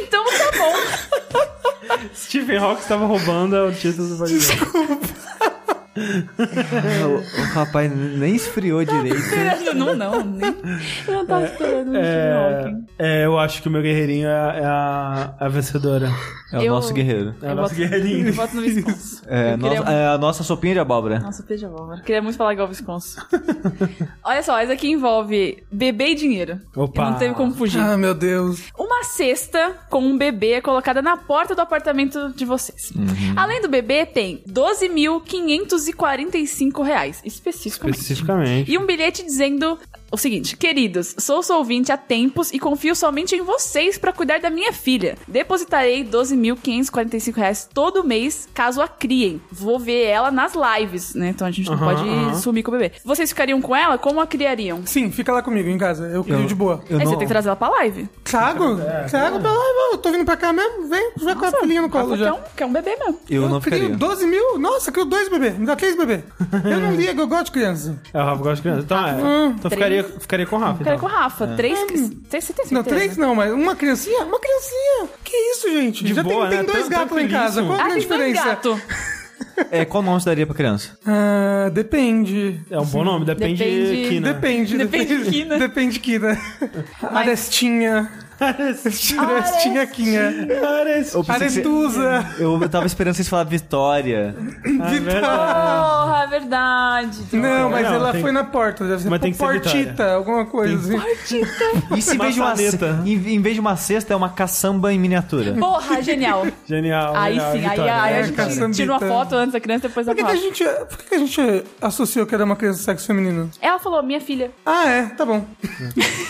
Então tá bom.
Stephen Hawking estava roubando é o título do podcast.
O, o rapaz nem esfriou direito.
Esperando. Não, não. Nem... Eu não tava esperando o
né,
É,
Stephen Hawking.
é, eu acho que o meu guerreirinho é, é a, a vencedora.
É o
Eu-
nosso guerreiro.
É o
Eu
nosso
voto-
guerreirinho.
Eu voto no Visconso.
É,
Eu
nossa-
queria-
é a nossa sopinha de abóbora.
Nossa, veja bom, mano. Queria muito falar igual o Visconso. Olha só, essa aqui envolve bebê e dinheiro.
Opa.
Eu não teve como fugir.
Ah, meu Deus.
Uma cesta com um bebê é colocada na porta do apartamento de vocês. Além do bebê, tem 12.545 reais, especificamente.
Especificamente.
E um bilhete dizendo o seguinte: Queridos, sou sua ouvinte há tempos e confio somente em vocês pra cuidar da minha filha. Depositarei 12.545 reais todo mês caso a criem. Vou ver ela nas lives, né? Então a gente não
Aham,
pode
aham.
sumir com o bebê. Vocês ficariam com ela? Como a criariam?
Sim, fica lá comigo em casa, eu crio de boa.
Eu
Aí
não-
você tem que trazer ela pra live.
Trago,
É,
trago pra lá, eu tô vindo pra cá mesmo, vem, vai com a filhinha no colo
Porque é
já.
um, que é um bebê mesmo.
eu não
crio
ficaria.
12 mil? Nossa, crio dois bebê, me dá três bebê. Eu não ligo, eu gosto de criança.
É o Rafa gosta de criança. Então, é. então ficaria, ficaria com o Rafa.
Ah, Ficaria
então.
com o Rafa. Três. Três, né? você tem certeza?
É. Hum. Não, três não, mas uma criancinha? Uma criancinha. Que isso, gente?
De
já
boa,
tem,
né?
tem dois
Tran-
gatos lá em casa,
tranquilíssimo.
qual a
Ah,
grande
tem dois
diferença?
gato.
É, qual nome você daria pra criança?
Ah, depende.
É um bom nome, depende,
Depende-
de Kina.
Depende,
Depende
depende.
de quina. Ah,
Depende de quina. Arestinha. Arestinha Quinha.
Parece. Ah,
Aretusa.
Eu, eu tava esperando vocês falar Vitória.
Vitória.
Porra, é verdade.
Não, mas
é Não,
ela
tem-
foi na porta. Deve ser
Mas tem que ser
portita,
Vitória.
alguma coisa assim.
Partida.
E se em vez de uma ce-
Maçaneta.
em, em vez de uma cesta, é uma caçamba em miniatura.
Porra, genial.
Genial.
Aí
genial,
sim, aí,
Vitória.
aí
É,
a gente
caçambita.
tira uma foto antes da criança, depois da
Por que, que a
foto.
gente, por que, que a gente associou que era uma criança do sexo feminino?
Ela falou, minha filha,
Ah, é, tá bom.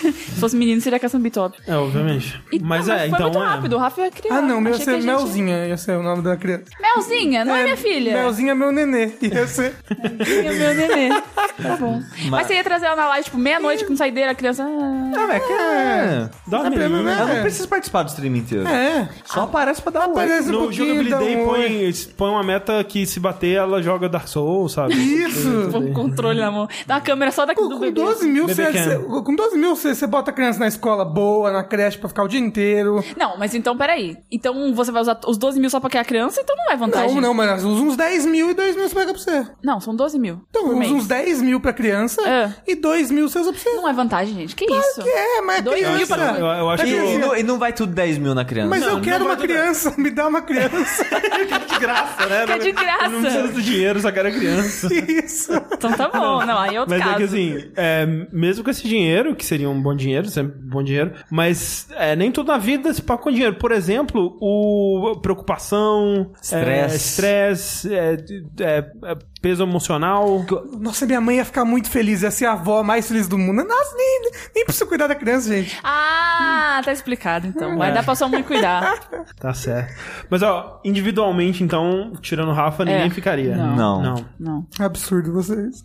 se fosse menino, seria caçambita, óbvio.
É, obviamente.
E-
mas
ah,
é,
foi
então
muito
é.
rápido, o Rafa ia criar.
Ah, não, meu ia
Achei que a
ser
gente-
Melzinha, ia ser o nome da criança.
Melzinha, não é, minha filha.
Melzinha é meu nenê. Ia ser.
Melzinha, meu nenê. Tá bom. Mas... você ia trazer ela na live, tipo, meia-noite, com saideira, a criança... ah,
Ah, mas que- é.
Dorme
Tá pena,
aí.
né?
Eu não preciso participar do stream inteiro.
É.
Só aparece pra dar um like.
Parece um
No
pouquinho. dá
Jogabilidade
um oi.
põe,
então.
põe uma meta que se bater ela joga Dark Souls, sabe?
Isso.
Pô, controle na mão. Dá uma câmera só daqui
Com,
do
com
bebê.
12 mil,
Bebê
você,
Ken.
você- com 12 mil, você, você bota a criança na escola boa, na creche pra ficar o dia inteiro.
Não, mas então, peraí. Então você vai usar os 12 mil só pra criar criança, então não é vantagem.
Não, não, mas usa uns 10 mil e 2 mil você pega pra você.
Não, são 12 mil.
Então,
por
usa
mês.
uns 10 mil pra criança
É.
e 2 mil você usa pra você.
Não é vantagem, gente. Que isso?
Que é, mas é
Dois mil
criança.
pra-
Eu, eu acho
Tá
que
E, e
eu,
Tipo, não, e não vai tudo 10 mil na criança.
Mas
Não,
eu quero
não
uma
vai durar.
criança, me dá uma criança.
de graça, né?
Fica de graça.
Não precisa do dinheiro, só quero criança.
Isso.
Então tá bom. Não, aí é outro
Mas
caso.
é que assim, é, mesmo com esse dinheiro, que seria um bom dinheiro, sempre bom dinheiro, mas é, nem tudo na vida se paga com dinheiro. Por exemplo, o a preocupação,
Estresse.
é, estresse, é, é, é, peso emocional.
Nossa, minha mãe ia ficar muito feliz, ia ser a avó mais feliz do mundo. Nossa, nem, nem preciso cuidar da criança, gente.
Ah, tá explicado então. Vai
É.
dar pra sua mãe cuidar.
Tá certo. Mas ó, individualmente, então, tirando o Rafa,
É.
ninguém ficaria.
Não.
Não.
Não.
É Absurdo vocês.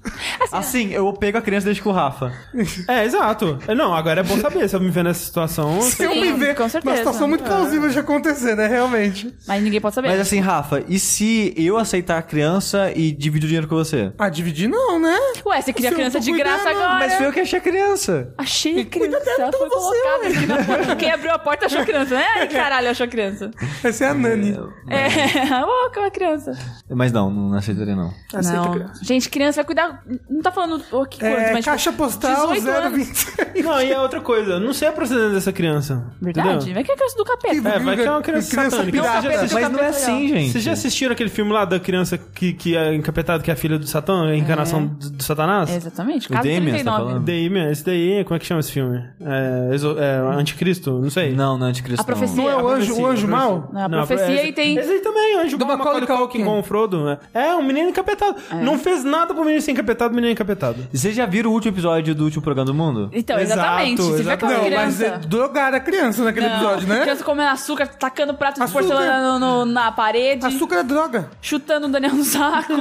Assim, eu pego a criança e deixo com o Rafa.
É, exato. É, Não, agora é bom saber. Se eu me ver nessa situação,
Se eu me ver,
com
uma
certeza.
situação muito plausível de acontecer, né? Realmente.
Mas ninguém pode saber.
Mas assim, Rafa, e se eu aceitar a criança e dividir o dinheiro com você?
Ah, dividir não, né?
Ué, você cria
Se eu
criança
tô
de graça
cuidando,
agora.
Mas foi eu que achei a criança.
Achei a criança.
dela,
Ela
então
foi
você,
colocada
ué.
aqui na porta. Quem abriu a porta achou criança, né? Ai, caralho, achou criança.
Essa é a Nani.
É, ô, que é uma criança.
Mas não, não aceitaria não.
Aceita
não.
criança.
Gente, criança vai cuidar. Não tá falando o que quanto,
É,
mas.
caixa postal
18 anos.
020.
Não, e é outra coisa. Não sei a procedência dessa criança.
Verdade?
entendeu?
Mas que é a criança do capeta.
É, vai que é uma criança
Criança
satânica.
pirata.
Vocês já- tá
Capeta
vocês
Mas
do
já-
capeta
não é
legal.
assim, gente.
Vocês já assistiram aquele filme lá da criança que, que é encapetada, que é a filha do Satã, a encarnação do, do Satanás?
É, Exatamente. Caso
Damien, você tá
39.
falando?
Daí, meu, esse daí, como é que chama esse filme? É, exo- é, Anticristo? Não sei.
Não, não é anticristo
A profecia.
não.
Não é o
A
anjo,
profecia,
o anjo
a profecia.
mau?
Não, a profecia
esse-
e tem-
Esse aí também, anjo.
Do
mau, é
Macaulay Culkin.
com o Frodo. né? É, um menino encapetado.
É.
Não fez nada pro menino ser encapetado, menino é encapetado.
Vocês já viram o último episódio do último programa do mundo?
Então,
Exato,
exatamente. Se tiver
exato.
com uma
Não, mas
criança.
é drogado, julgar a criança naquele episódio, né?
Criança comendo açúcar, tacando prato de
Açúcar.
porcelana no- no- na parede,
Açúcar é droga.
chutando o Daniel no saco.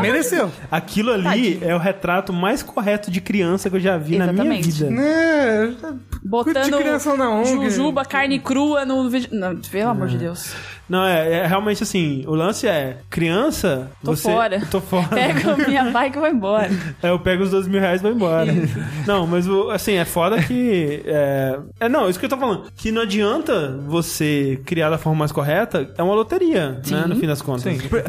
mereceu.
Aquilo ali é o retrato mais correto de criança que eu já vi na minha
Exatamente.
vida.
Né? Curte
Botando
criança na ONG.
jujuba, carne crua no vídeo. Não, pelo amor de Deus.
Não, é, é realmente assim, o lance é, criança,
Tô
você...
fora. É.
Tô fora.
Pega a minha bike e vai embora.
É, eu pego os 12 mil reais e vou embora. não, mas o- assim, é foda que. É, é, não, isso que eu tô falando. Que não adianta você criar da forma mais correta, é uma loteria, né? No fim das contas.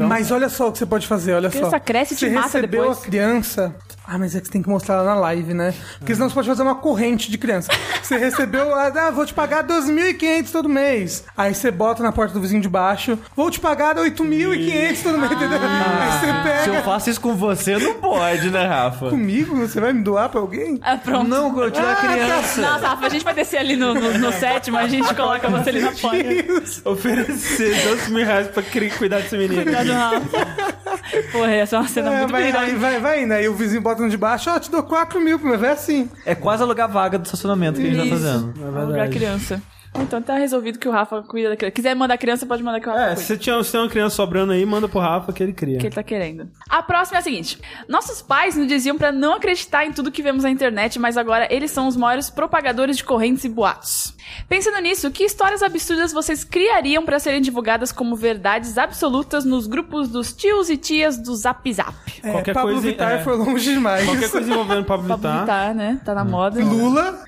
Mas olha só o que você pode fazer, olha
Criança
só.
cresce e te
você
mata
recebeu
depois.
a criança. Ah, mas é que você tem que mostrar ela na live, né? Porque senão você pode fazer uma corrente de criança. Você recebeu, ah, ah, vou te pagar 2.500 todo mês. Aí você bota na porta do vizinho de baixo, vou te pagar 8.500 todo mês, entendeu?
Ah.
Aí você
Se
pega
eu faço isso com você, não pode, né, Rafa?
comigo, você vai me doar pra alguém?
Ah, pronto.
Não, eu tiro a criança.
Nossa, Rafa, a gente vai descer ali no, no, no sétimo, a gente coloca você ali na porta.
Oferecer 12 mil reais pra cri- cuidar desse menino.
Cuidado, Rafa. Porra, essa é uma cena
É,
muito
vai,
perigosa.
vai, vai, vai indo. Aí o vizinho bota no de baixo, ó, te dou 4 mil, mas é assim.
É quase alugar vaga do estacionamento que a gente tá
Isso.
fazendo.
na
Lugar
verdade.
criança. Então tá resolvido que o Rafa cuida da criança. Quiser mandar criança, pode mandar que o Rafa
É,
cuida.
se você tinha- se tem uma criança sobrando aí, manda pro Rafa que ele cria.
que ele tá querendo. A próxima é a seguinte: Nossos pais nos diziam pra não acreditar em tudo que vemos na internet, mas agora eles são os maiores propagadores de correntes e boatos. Pensando nisso, que histórias absurdas vocês criariam pra serem divulgadas como verdades absolutas nos grupos dos tios e tias do Zap Zap?
É,
Qualquer
Pablo
coisa,
Vittar
é.
foi longe demais.
Qualquer coisa envolvendo o Pablo
Tá,
Vittar.
né?
Hum.
Tá na moda.
Lula.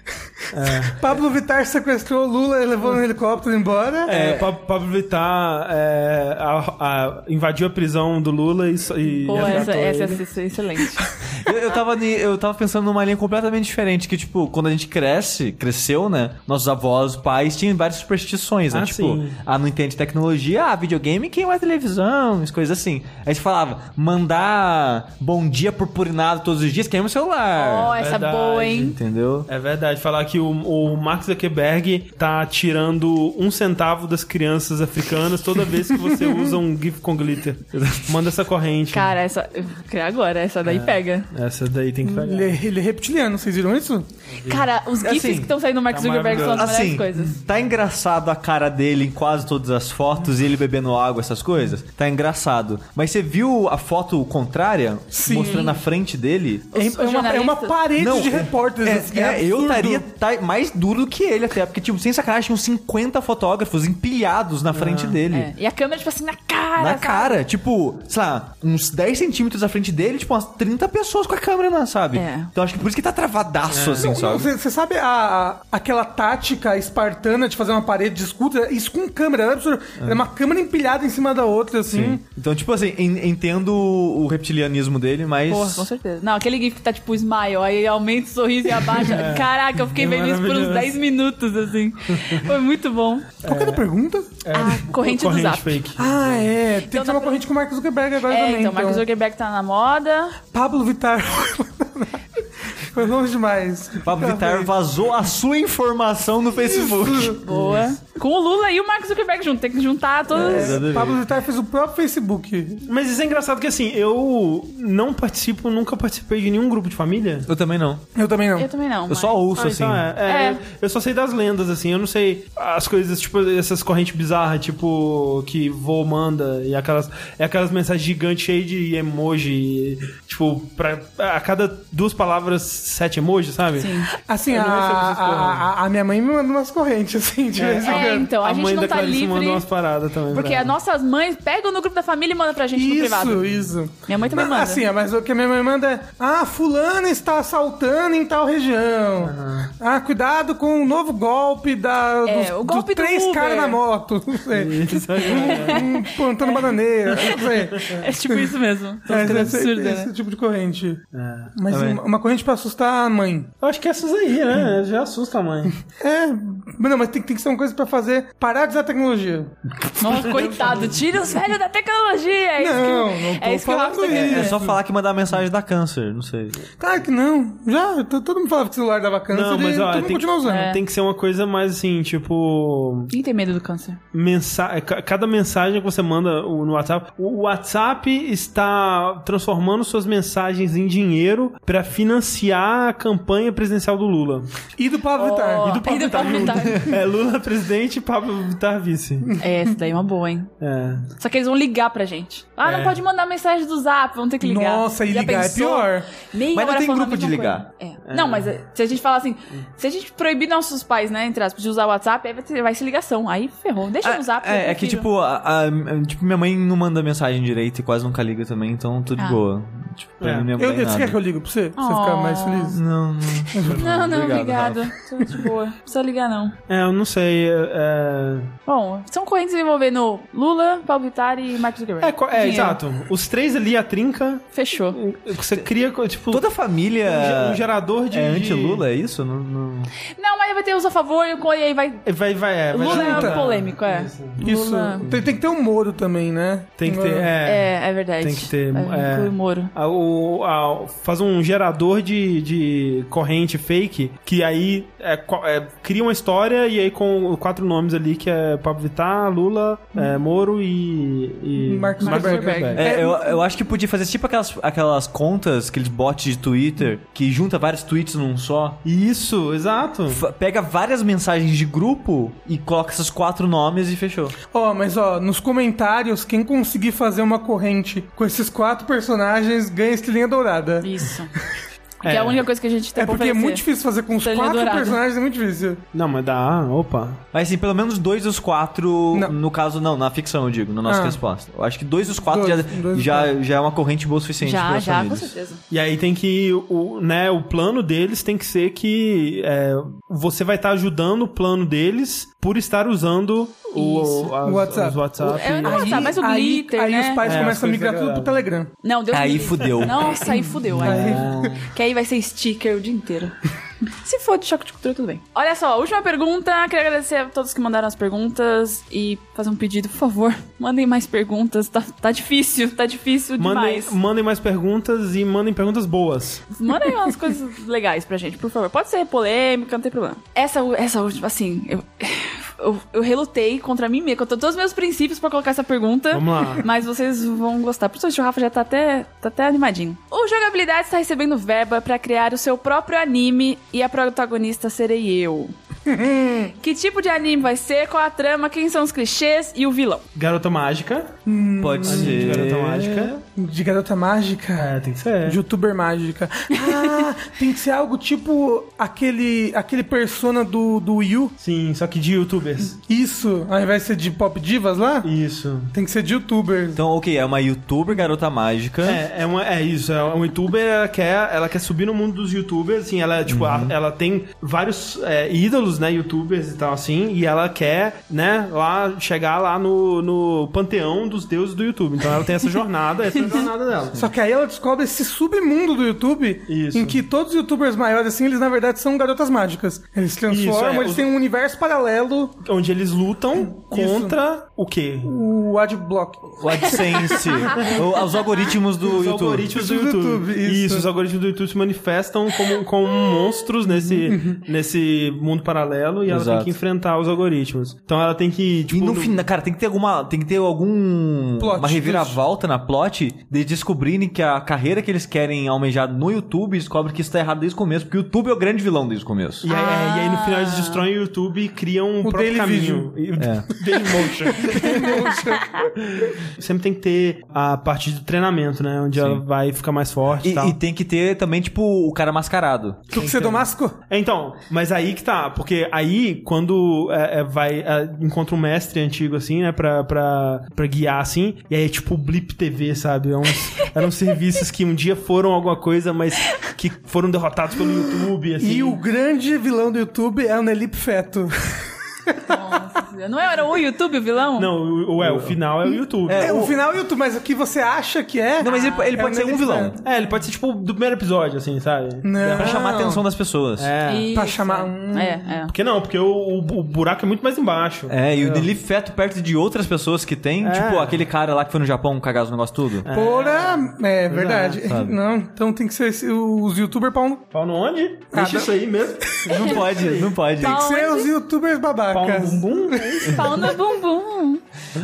É.
Pablo Vittar sequestrou o Lula e levou no helicóptero embora.
É, Pa- Pablo Vittar é, a- a- invadiu a prisão do Lula e. so- e
Pô, essa,
resgatou
essa,
ele.
essa é excelente.
Eu, eu tava, ni- eu tava pensando numa linha completamente diferente, que, tipo, quando a gente cresce, cresceu, né? Nossos avós, pais, tinham várias superstições, né?
Ah,
tipo,
sim.
ah, não entende tecnologia, ah, videogame, quem mais televisão, as coisas assim. Aí você falava, mandar bom dia purpurinado todos os dias, queima o celular.
Ó, essa
É,
é
verdade.
boa, hein?
Entendeu?
É verdade, falar que o, o Mark Zuckerberg tá tirando um centavo das crianças africanas toda vez que você usa um GIF com glitter. Manda essa corrente.
Cara, essa. eu vou criar Agora, essa daí pega.
Essa daí tem que pegar.
Ele, é- ele é reptiliano, vocês viram isso?
Cara, os GIFs
Assim,
que estão saindo do Mark
tá
Zuckerberg são as melhores
Assim,
coisas.
tá engraçado a cara dele em quase todas as fotos e ele bebendo água, essas coisas? Tá engraçado. Mas você viu a foto contrária?
Sim.
Mostrando a frente dele?
Os
É, é uma, é uma
jornalistas-
parede
Não,
de repórteres.
É,
assim,
é, eu
absurdo.
estaria tá- mais duro do que ele até, porque, tipo, sem sacanagem, tinham 50 fotógrafos empilhados na frente dele.
É, E a câmera, tipo assim, na cara.
hum. Na
sabe?
cara, tipo, sei lá, uns 10 centímetros à frente dele, tipo, umas 30 pessoas com a câmera, né, sabe?
É.
Então acho que por isso que tá travadaço, assim,
Não,
sabe?
Você você sabe a, a- aquela tática espartana de fazer uma parede de escuta? Isso com câmera, era absurdo.
Ah.
Era uma câmera empilhada em cima da outra, assim.
Então, tipo assim, en- entendo o reptilianismo dele, mas.
Porra, com certeza. Não, aquele GIF que tá tipo smile, aí aumenta o sorriso e abaixa. Caraca, eu fiquei
É
vendo isso por uns
maravilhoso.
10 minutos, assim. Foi muito bom.
Qual
É.
que era a pergunta?
a corrente, do zap.
fake.
Ah, é. Tem
Então,
que ter uma
na-
corrente com o Mark Zuckerberg agora
É,
também.
então, Mark Zuckerberg tá na moda.
Pablo Vittar. Foi longe demais.
Pablo Vittar vazou a sua informação no Facebook.
Boa. Com o Lula e o Mark Zuckerberg junto. Tem que juntar todos.
Exatamente.
Pablo Vittar fez o próprio Facebook.
Mas isso é engraçado que assim, eu não participo, nunca participei de nenhum grupo de família.
Eu também não.
Eu também não.
Eu também não.
Eu
mas-
só ouço,
Ah,
assim.
então é. É,
É.
Eu só sei das lendas, assim. Eu não sei as coisas, tipo, essas correntes bizarras, tipo, que vô manda e aquelas, é aquelas mensagens gigantes cheias de emoji. e, tipo, pra, a cada duas palavras, sete emojis, sabe? Sim.
Assim,
Eu
a,
não recebo essas porra.
a, a minha mãe me manda umas correntes, assim, de vez em
É,
quando.
então, a, gente
mãe
não
da
tá
Clarice
livre.
mandou umas paradas também.
Porque
pra
as
ela.
nossas mães pegam no grupo da família e mandam pra gente no privado.
Isso, isso.
Minha mãe também
Mas,
manda.
Assim, mas o que a minha mãe manda é: Ah, fulana está assaltando em tal região. Ah, cuidado com o novo golpe da.
É,
dos-
o golpe do
três
Uber.
caras na moto. Não sei. Um, um plantando bananeira. Não sei.
É tipo isso mesmo. São
É,
as coisas
esse,
absurdas, né?
esse tipo de corrente. Mas
também.
uma, uma corrente pra assustar a mãe.
Eu acho que é essas aí, né? Já assusta a mãe.
É. mas Não, mas tem, tem que ser uma coisa pra fazer. Parar de usar tecnologia.
Nossa, coitado, tira os velhos da tecnologia. É isso que-
Não, não tô
É isso que eu
falando
acho que
É,
isso.
é só falar que mandar mensagem dá câncer, não sei.
Claro que não. Já, t- todo mundo falava que o celular dava câncer
Não, mas
e
ó,
todo mundo
tem,
continua usando.
É.
tem que ser uma coisa mais assim, tipo.
Quem tem medo do câncer?
mensa é, ca- cada mensagem que você manda o- no WhatsApp, o WhatsApp está transformando suas mensagens em dinheiro para financiar a campanha presidencial do Lula.
E do Pablo tá. Vittar.
Oh,
E do
e do Pablo Vittar.
É Lula presidente, Pablo Vittar vice.
É, essa daí é uma boa, hein?
É.
Só que eles vão ligar pra gente. Ah, não
É.
pode mandar mensagem do zap, vão ter que ligar.
Nossa, e ligar é pior.
Nem
Mas não tem grupo de ligar. É.
Não, mas eh, se a gente falar assim, se a gente proibir nossos pais, né, entre aspas, de usar o WhatsApp, aí vai, ter- vai ser ligação. Aí ferrou. Deixa eu
Ah,
usar.
é, é que tipo, a- a- tipo, minha mãe não manda mensagem direito e quase nunca liga também, então tudo
Ah.
de boa. Tipo, pra
É.
mim, minha mãe
Eu, você
nada.
quer que eu ligo pra você? Pra você ficar
Oh.
mais feliz?
Não, não.
Não, não,
Obrigado,
obrigado. Tô de boa. Não precisa ligar, não.
É, eu não sei. É,
Bom, são correntes envolvendo Lula, Pablo Vittar e Marcos Zuckerberg.
é, é, co- é,
Dinheiro.
exato. Os três ali, a trinca,
Fechou.
você cria, co- tipo,
Toda a
um ge-
família
um gerador de...
é anti-Lula, é isso? Não, não-
Não, mas vai ter os a favor e o contra, e aí vai...
de- Vai, vai, é, vai
Lula é
juntar.
um polêmico, é.
Isso.
Lula...
Tem, tem que ter um Moro também, né?
Tem que ter, é.
É, é verdade.
Tem que ter,
Vai
é.
incluir o Moro.
A- o- a- faz um gerador de, de corrente fake que aí é co- é, cria uma história e aí com quatro nomes ali que é Pablo Vittar, Lula, é, Moro e, e
Marcos Zuckerberg.
É, eu, eu acho que podia fazer tipo aquelas, aquelas contas, aqueles bots de Twitter, que junta vários tweets num só.
Isso, exato.
Fa- Pega várias mensagens de grupo e coloca esses quatro nomes e fechou.
Ó, mas ó, nos comentários, quem conseguir fazer uma corrente com esses quatro personagens ganha estrelinha dourada.
Isso. Que é a única coisa que a gente tem
É
pra
porque é muito
oferecer.
difícil fazer com os
Estrelinha
quatro
dourada.
personagens, é muito difícil.
Não, mas dá, opa.
Mas assim, pelo menos dois dos quatro.
Não.
No caso, não, na ficção eu digo, na nossa
Ah.
resposta. Eu acho que dois dos quatro
Dois,
já,
dois dos
já,
quatro.
já é uma corrente boa o suficiente
Já,
para
já, com certeza.
E aí tem que, o, né, o plano deles tem que ser que é, você vai estar ajudando o plano deles por estar usando
Isso.
o, as-
O WhatsApp.
os WhatsApp.
É,
e-
não, tá, mas o
aí,
glitter,
aí
né?
os pais
É, as
começam
coisas
a migrar tudo
da-
pro Telegram.
Não, deu
Aí fudeu.
Nossa, aí fudeu. Aí.
É.
Que aí vai ser sticker o dia inteiro. Se for de choque de cultura, tudo bem. Olha só, última pergunta. Queria agradecer a todos que mandaram as perguntas e fazer um pedido, por favor. Mandem mais perguntas. Tá, tá difícil, tá difícil
Mandem,
demais.
mandem mais perguntas e mandem perguntas boas.
Mandem umas coisas legais pra gente, por favor. Pode ser polêmica, não tem problema. Essa, u- essa última, assim, eu, eu, eu relutei contra mim mesma, contra todos os meus princípios pra colocar essa pergunta.
Vamos lá.
Mas vocês vão gostar. Principalmente o Rafa já tá até, tá até animadinho. O Jogabilidade está recebendo verba pra criar o seu próprio anime e a protagonista serei eu. que tipo de anime vai ser? Qual a trama? Quem são os clichês e o vilão?
Garota Mágica.
Pode
De
ser.
Garota Mágica.
De garota mágica.
É, tem que ser.
De Youtuber mágica. Ah, tem que ser algo tipo aquele, aquele persona do, do Wii U.
Sim, só que de youtubers.
Isso, ao invés de ser de pop divas lá,
Isso.
tem que ser de youtubers.
Então, ok, é uma youtuber garota mágica.
É, é, uma- é isso, é uma youtuber, ela quer, ela quer subir no mundo dos youtubers, assim, ela, tipo, a- ela tem vários é, ídolos, né, youtubers e tal, assim, e ela quer, né, lá, chegar lá no, no panteão dos deuses do YouTube. Então ela tem essa jornada, essa é a jornada dela.
Só que aí ela descobre esse submundo do YouTube
Isso.
em que todos os youtubers maiores, assim, eles na verdade são garotas mágicas. Eles se transformam,
Isso, é,
eles
os-
têm um universo paralelo,
Onde eles lutam contra o quê?
o Adblock.
O AdSense. o- os algoritmos do
Os
YouTube.
algoritmos do
Do
YouTube.
YouTube,
isso.
isso.
os algoritmos do YouTube se manifestam como, como monstros nesse, nesse mundo paralelo e ela
Exato.
tem que enfrentar os algoritmos. Então ela tem que, tipo,
E no
no-
fim, cara, tem que ter alguma. Tem que ter algum.
Plot,
uma reviravolta na plot de descobrirem que a carreira que eles querem almejar no YouTube descobre que isso tá errado desde o começo, porque o YouTube é o grande vilão desde o começo.
E aí, é, e aí no final eles destroem o YouTube e criam um
O
próprio
Dailyvision.
caminho. E- Dailymotion. Sempre tem que ter a parte do treinamento, né? Onde ela vai ficar mais forte e
E,
tal.
e tem que ter também, tipo, o cara mascarado.
Tu que você domasco?
É, Então, mas aí que tá, porque aí quando é, é, vai, é, encontra um mestre antigo, assim, né, pra, pra, pra guiar, assim, e aí é tipo Blip TV, sabe? É uns- eram serviços que um dia foram alguma coisa, mas que foram derrotados pelo YouTube, assim.
E o grande vilão do YouTube é o Nelip Feto.
Não era o YouTube o vilão?
Não, o, o- é, o final é o YouTube.
É, o final é o YouTube, mas o que você acha que é.
Não, mas ele, ele
é
pode ser um
meio
vilão.
diferente.
É, ele pode ser tipo do primeiro episódio, assim, sabe?
Não.
É Pra chamar a atenção das pessoas.
É.
Isso,
Pra chamar
é.
um-
É, é.
Porque não, porque o, o- o buraco é muito mais embaixo.
É, e o delete feto perto de outras pessoas que tem,
É.
tipo aquele cara lá que foi no Japão cagar os negócios tudo.
Porra, é verdade.
é,
não, então tem que ser esse- os youtubers pau no...
Pau no onde?
Ah,
Deixa
não.
isso aí mesmo.
Não pode, não pode.
Tem que ser
Aonde?
os youtubers
Pau no
babacas.
bumbum.
Pau é. no bumbum.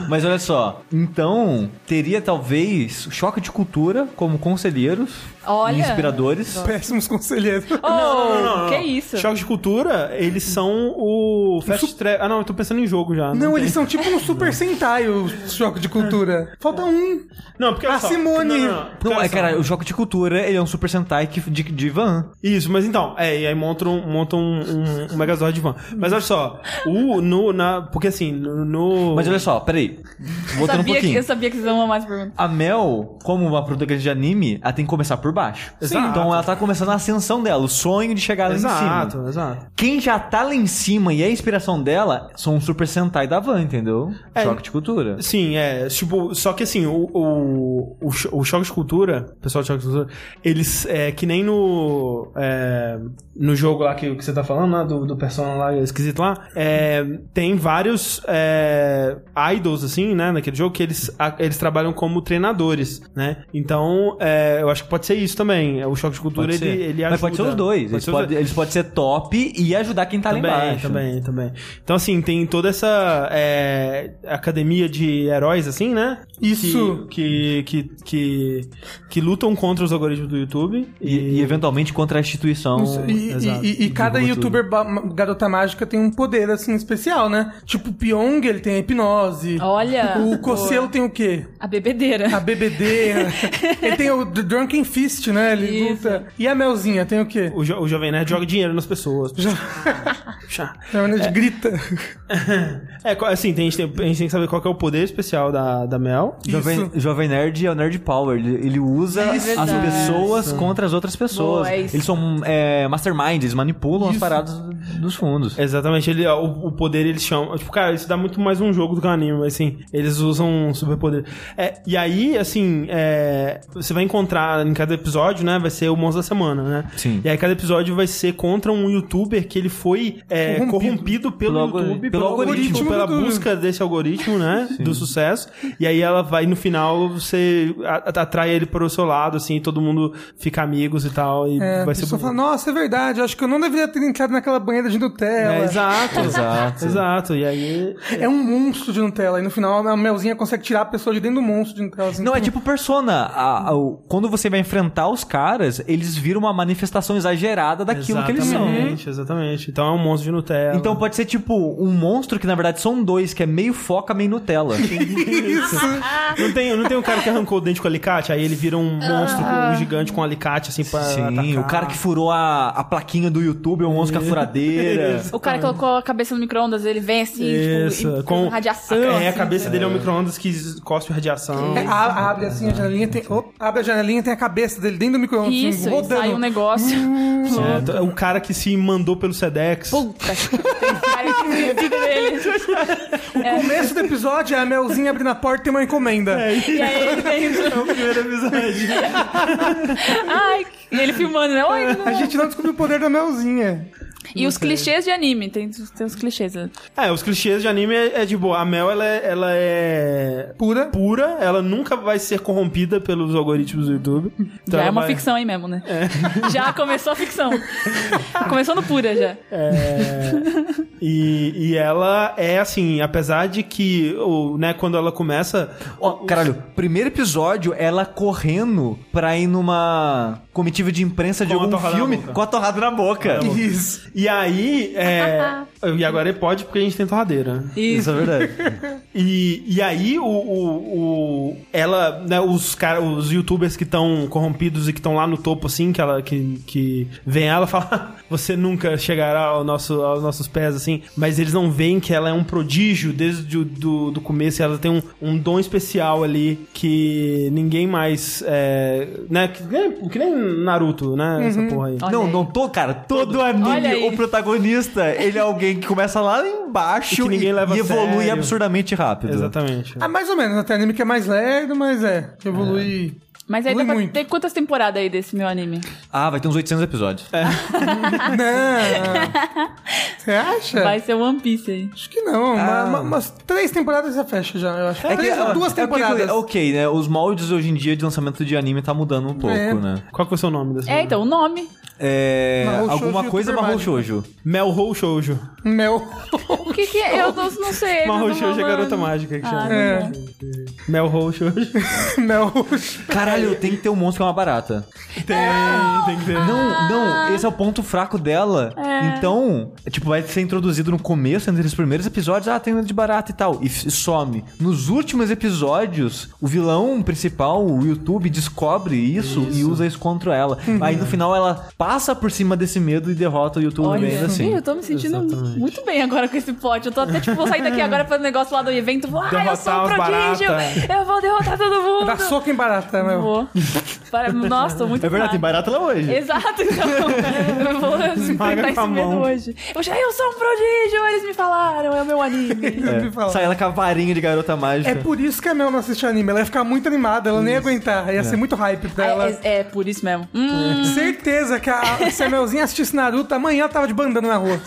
Mas olha só, então teria talvez choque de cultura como conselheiros
Olha.
e inspiradores.
Péssimos conselheiros.
Oh,
Não, não, não.
Que isso?
Choque de cultura, eles são o Fast Track. Ah, não, eu tô pensando em jogo já.
Não,
tem.
eles são tipo um super Sentai, o choque de cultura. Falta um.
Não, porque olha
A
só.
Simone.
Não, não, não. Porque
Não,
olha
é
só.
cara, o choque de cultura, ele é um super sentai que, de, de van.
Isso, mas então, é, e aí monta um, monta um, um, um Megazord de van. Mas olha só, o, no, na, porque assim, no... no-
Mas olha só, peraí.
Eu
Voltando um
sabia, que,
pouquinho.
eu sabia que vocês iam amar essa pergunta.
A Mel, como uma protagonista de anime, ela tem que começar por baixo.
Exato.
Então ela tá começando a ascensão dela, o sonho de chegar lá em cima.
Exato, exato.
Quem já tá lá em cima e é a inspiração dela são os Super Sentai da Van, entendeu?
É.
Choque de cultura.
Sim, é. Tipo, só que assim, o, o, o, cho- o Choque de Cultura, o pessoal do Choque de Cultura, eles, é, que nem no. é, no jogo lá que, que você tá falando, né, do, do Persona lá esquisito lá, é, tem vários é, idols, assim, né, naquele jogo, que eles, a- eles trabalham como treinadores, né? Então, é, eu acho que pode ser isso também. é, O Choque de Cultura,
Pode
ele,
ser.
ele ajuda.
Mas pode ser os dois.
Pode
eles,
ser os
pode,
dois.
eles podem ser top e ajudar quem tá
Também,
lá embaixo.
também, também. Então, assim, tem toda essa é, academia de heróis, assim, né?
Isso.
Que, que, que, que, que lutam contra os algoritmos do YouTube.
E, e eventualmente contra a instituição.
E,
exato.
e- e cada
Divulga
youtuber ba- garota mágica tem um poder assim especial, né? Tipo o Pyong, ele tem a hipnose.
Olha.
O Cocelo tem o quê?
A bebedeira.
A bebedeira. né? ele tem o D- Drunken Fist, né? Ele
Isso.
luta. E a Melzinha tem o quê?
O, jo- o Jovem Nerd joga dinheiro nas pessoas. Chá.
Na verdade, grita.
é, co- assim, tem, a, gente tem, a gente tem que saber qual que é o poder especial da, da Mel.
Jovem, Jovem Nerd é o Nerd Power. Ele, ele usa
Isso.
as pessoas contra as outras
É
pessoas.
Boa, é isso.
Eles são é, masterminds, manipulam as
Isso.
paradas dos fundos.
É.
Exatamente, ele, ó, o, o poder eles chamam. Tipo, cara, isso dá muito mais um jogo do que um anime, mas assim, eles usam um superpoder. É, e aí, assim, é, você vai encontrar em cada episódio, né? Vai ser o monstro da semana, né?
Sim.
E aí cada episódio vai ser contra um youtuber que ele foi é, corrompido.
Corrompido.
pelo,
Pelo algori-
YouTube,
pelo algoritmo
pela
do-
busca desse algoritmo, né? Do sucesso. E aí ela vai, no final, você a- a- atrai ele para o seu lado, assim, todo mundo fica amigos e tal. E
É, a
vai ser
pessoa
bonito.
fala, nossa, é verdade, acho que eu não deveria ter entrado naquela banheira de Nutella.
É, exato,
Exato.
Exato. E aí.
É um monstro de Nutella. E no final a Melzinha consegue tirar a pessoa de dentro do monstro de Nutella. assim,
Não, é
com-
tipo Persona. A- a- o- quando você vai enfrentar os caras, eles viram uma manifestação exagerada daquilo que eles são. né?
Exatamente, exatamente. Então é um monstro de Nutella.
Então pode ser tipo um monstro que na verdade são dois, que é meio foca, meio Nutella.
não tem, não tem um cara que arrancou o dente com alicate, aí ele vira um
Ah.
monstro com, um gigante com alicate assim pra
Sim,
atacar.
o cara que furou a, a plaquinha do YouTube é um monstro com a furadeira.
O cara colocou a cabeça no micro-ondas, ele vem assim,
Isso,
tipo, e-
com
radiação.
É, a
assim. ah,
cabeça dele é um micro-ondas que cospe radiação.
É, a- abre assim a janelinha, tem, oh, abre a janelinha tem a cabeça dele dentro do micro-ondas, assim,
Isso, e
rodando.
sai um negócio.
Certo. É O cara que se mandou pelo Sedex.
Puta que tem cara que vive dele.
O começo do episódio é a Melzinha abrindo a porta e tem uma encomenda.
E aí ele vem.
o primeiro episódio.
Ai, e ele filmando, né? Oi, tudo
A gente não descobriu o poder da Melzinha.
E os clichês de anime, tem, tem os clichês. né?
É, os clichês de anime é, é de boa. A Mel, ela é, ela é
Pura.
pura, ela nunca vai ser corrompida pelos algoritmos do YouTube. Então
já é
ela
uma
vai-
ficção aí mesmo, né? Já começou a ficção. começou no pura já.
É, E, e ela é assim, apesar de que, o, né, quando ela começa.
Ó, caralho, primeiro episódio, ela correndo pra ir numa comitiva de imprensa de
Com a
algum
torrada na
filme
boca. É,
com a torrada na boca.
Isso.
E aí. É, e agora ele pode porque a gente tem torradeira. né?
Isso é verdade.
E, e aí o, o, o- ela, né, os cara, os youtubers que estão corrompidos e que estão lá no topo assim, que ela que, que vem ela fala, você nunca chegará ao nosso, aos nossos pés assim, mas eles não veem que ela é um prodígio desde o do, do começo, e ela tem um, um dom especial ali que ninguém mais é, né, que, nem- que nem Naruto, né? Essa porra aí.
Olha
não,
aí.
não tô, cara. Todo
Olha aí.
anime, o protagonista, ele é alguém que começa lá embaixo
E que ninguém leva a
evolui
sério.
absurdamente rápido.
Exatamente.
Ah, mais ou menos. Até anime que é mais lerdo, mas é. Que evolui.
Mas aí dá
Evolui
pra...
muito.
tem quantas temporadas aí desse meu anime?
Ah, vai ter uns 800 episódios.
É.
Não. É, Você acha?
Vai ser One Piece aí.
Acho que não. Uma- uma- umas três temporadas já fecha já, eu acho. três
ó,
ou
Ah.
duas
é que-
temporadas.
ok, né? Os moldes hoje em dia de lançamento de anime tá mudando um pouco,
É.
né?
Qual que vai ser o nome dessa?
É, então, o nome.
É,
Mahou
alguma
Shoujo e
coisa
Youtuber
Mahou
Mágico.
Shoujo.
Melhou Shoujo.
Mel.
O que que é? Eu não, não sei. não
Mahou
tô
Shoujo é a garota
falando.
mágica que
Ah,
chama.
não.
É.
Melhou Shoujo.
Mel.
Caralho, tem que ter um monstro que é uma barata.
Tem, tem que ter.
Não,
Ah.
não, esse é o ponto fraco dela. Então, é, tipo, vai ser introduzido no começo, entre os primeiros episódios, ah, tem medo de barata e tal, e f- some. Nos últimos episódios, o vilão principal, o YouTube, descobre isso, e usa isso contra ela.
Uhum.
Aí no final ela passa por cima desse medo e derrota o YouTube
Olha,
ainda assim.
eu tô me sentindo
Exatamente.
muito bem agora com esse pote. Eu tô até, tipo, vou sair daqui agora pra um negócio lá do evento. Vou, ah, eu sou um
Derrotar os
prodígio!
barata."
Eu vou derrotar todo mundo!
Dá soco em barata, Mel.
Vou. Para- Nossa, tô muito
É
animada.
É barata lá hoje.
Exato, então. eu vou enfrentar
com a
esse medo
mão.
hoje. Eu já, eu sou um prodígio, eles me falaram, é o meu anime.
Eu ouvi falar.
Sai ela com a varinha de garota mágica.
É por isso que a Mel não assiste anime. Ela ia ficar muito animada, ela nem ia aguentar.
É.
Ia ser muito hype pra ela.
É, é, é por isso mesmo. Hum,
É.
Certeza que a, se a Melzinha assistisse Naruto, amanhã ela tava de bandana na rua.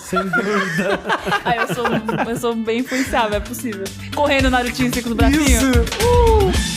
ah, eu sou, eu sou bem influenciável, é possível. Correndo Narutinho em círculo do bracinho.
Isso! Uh!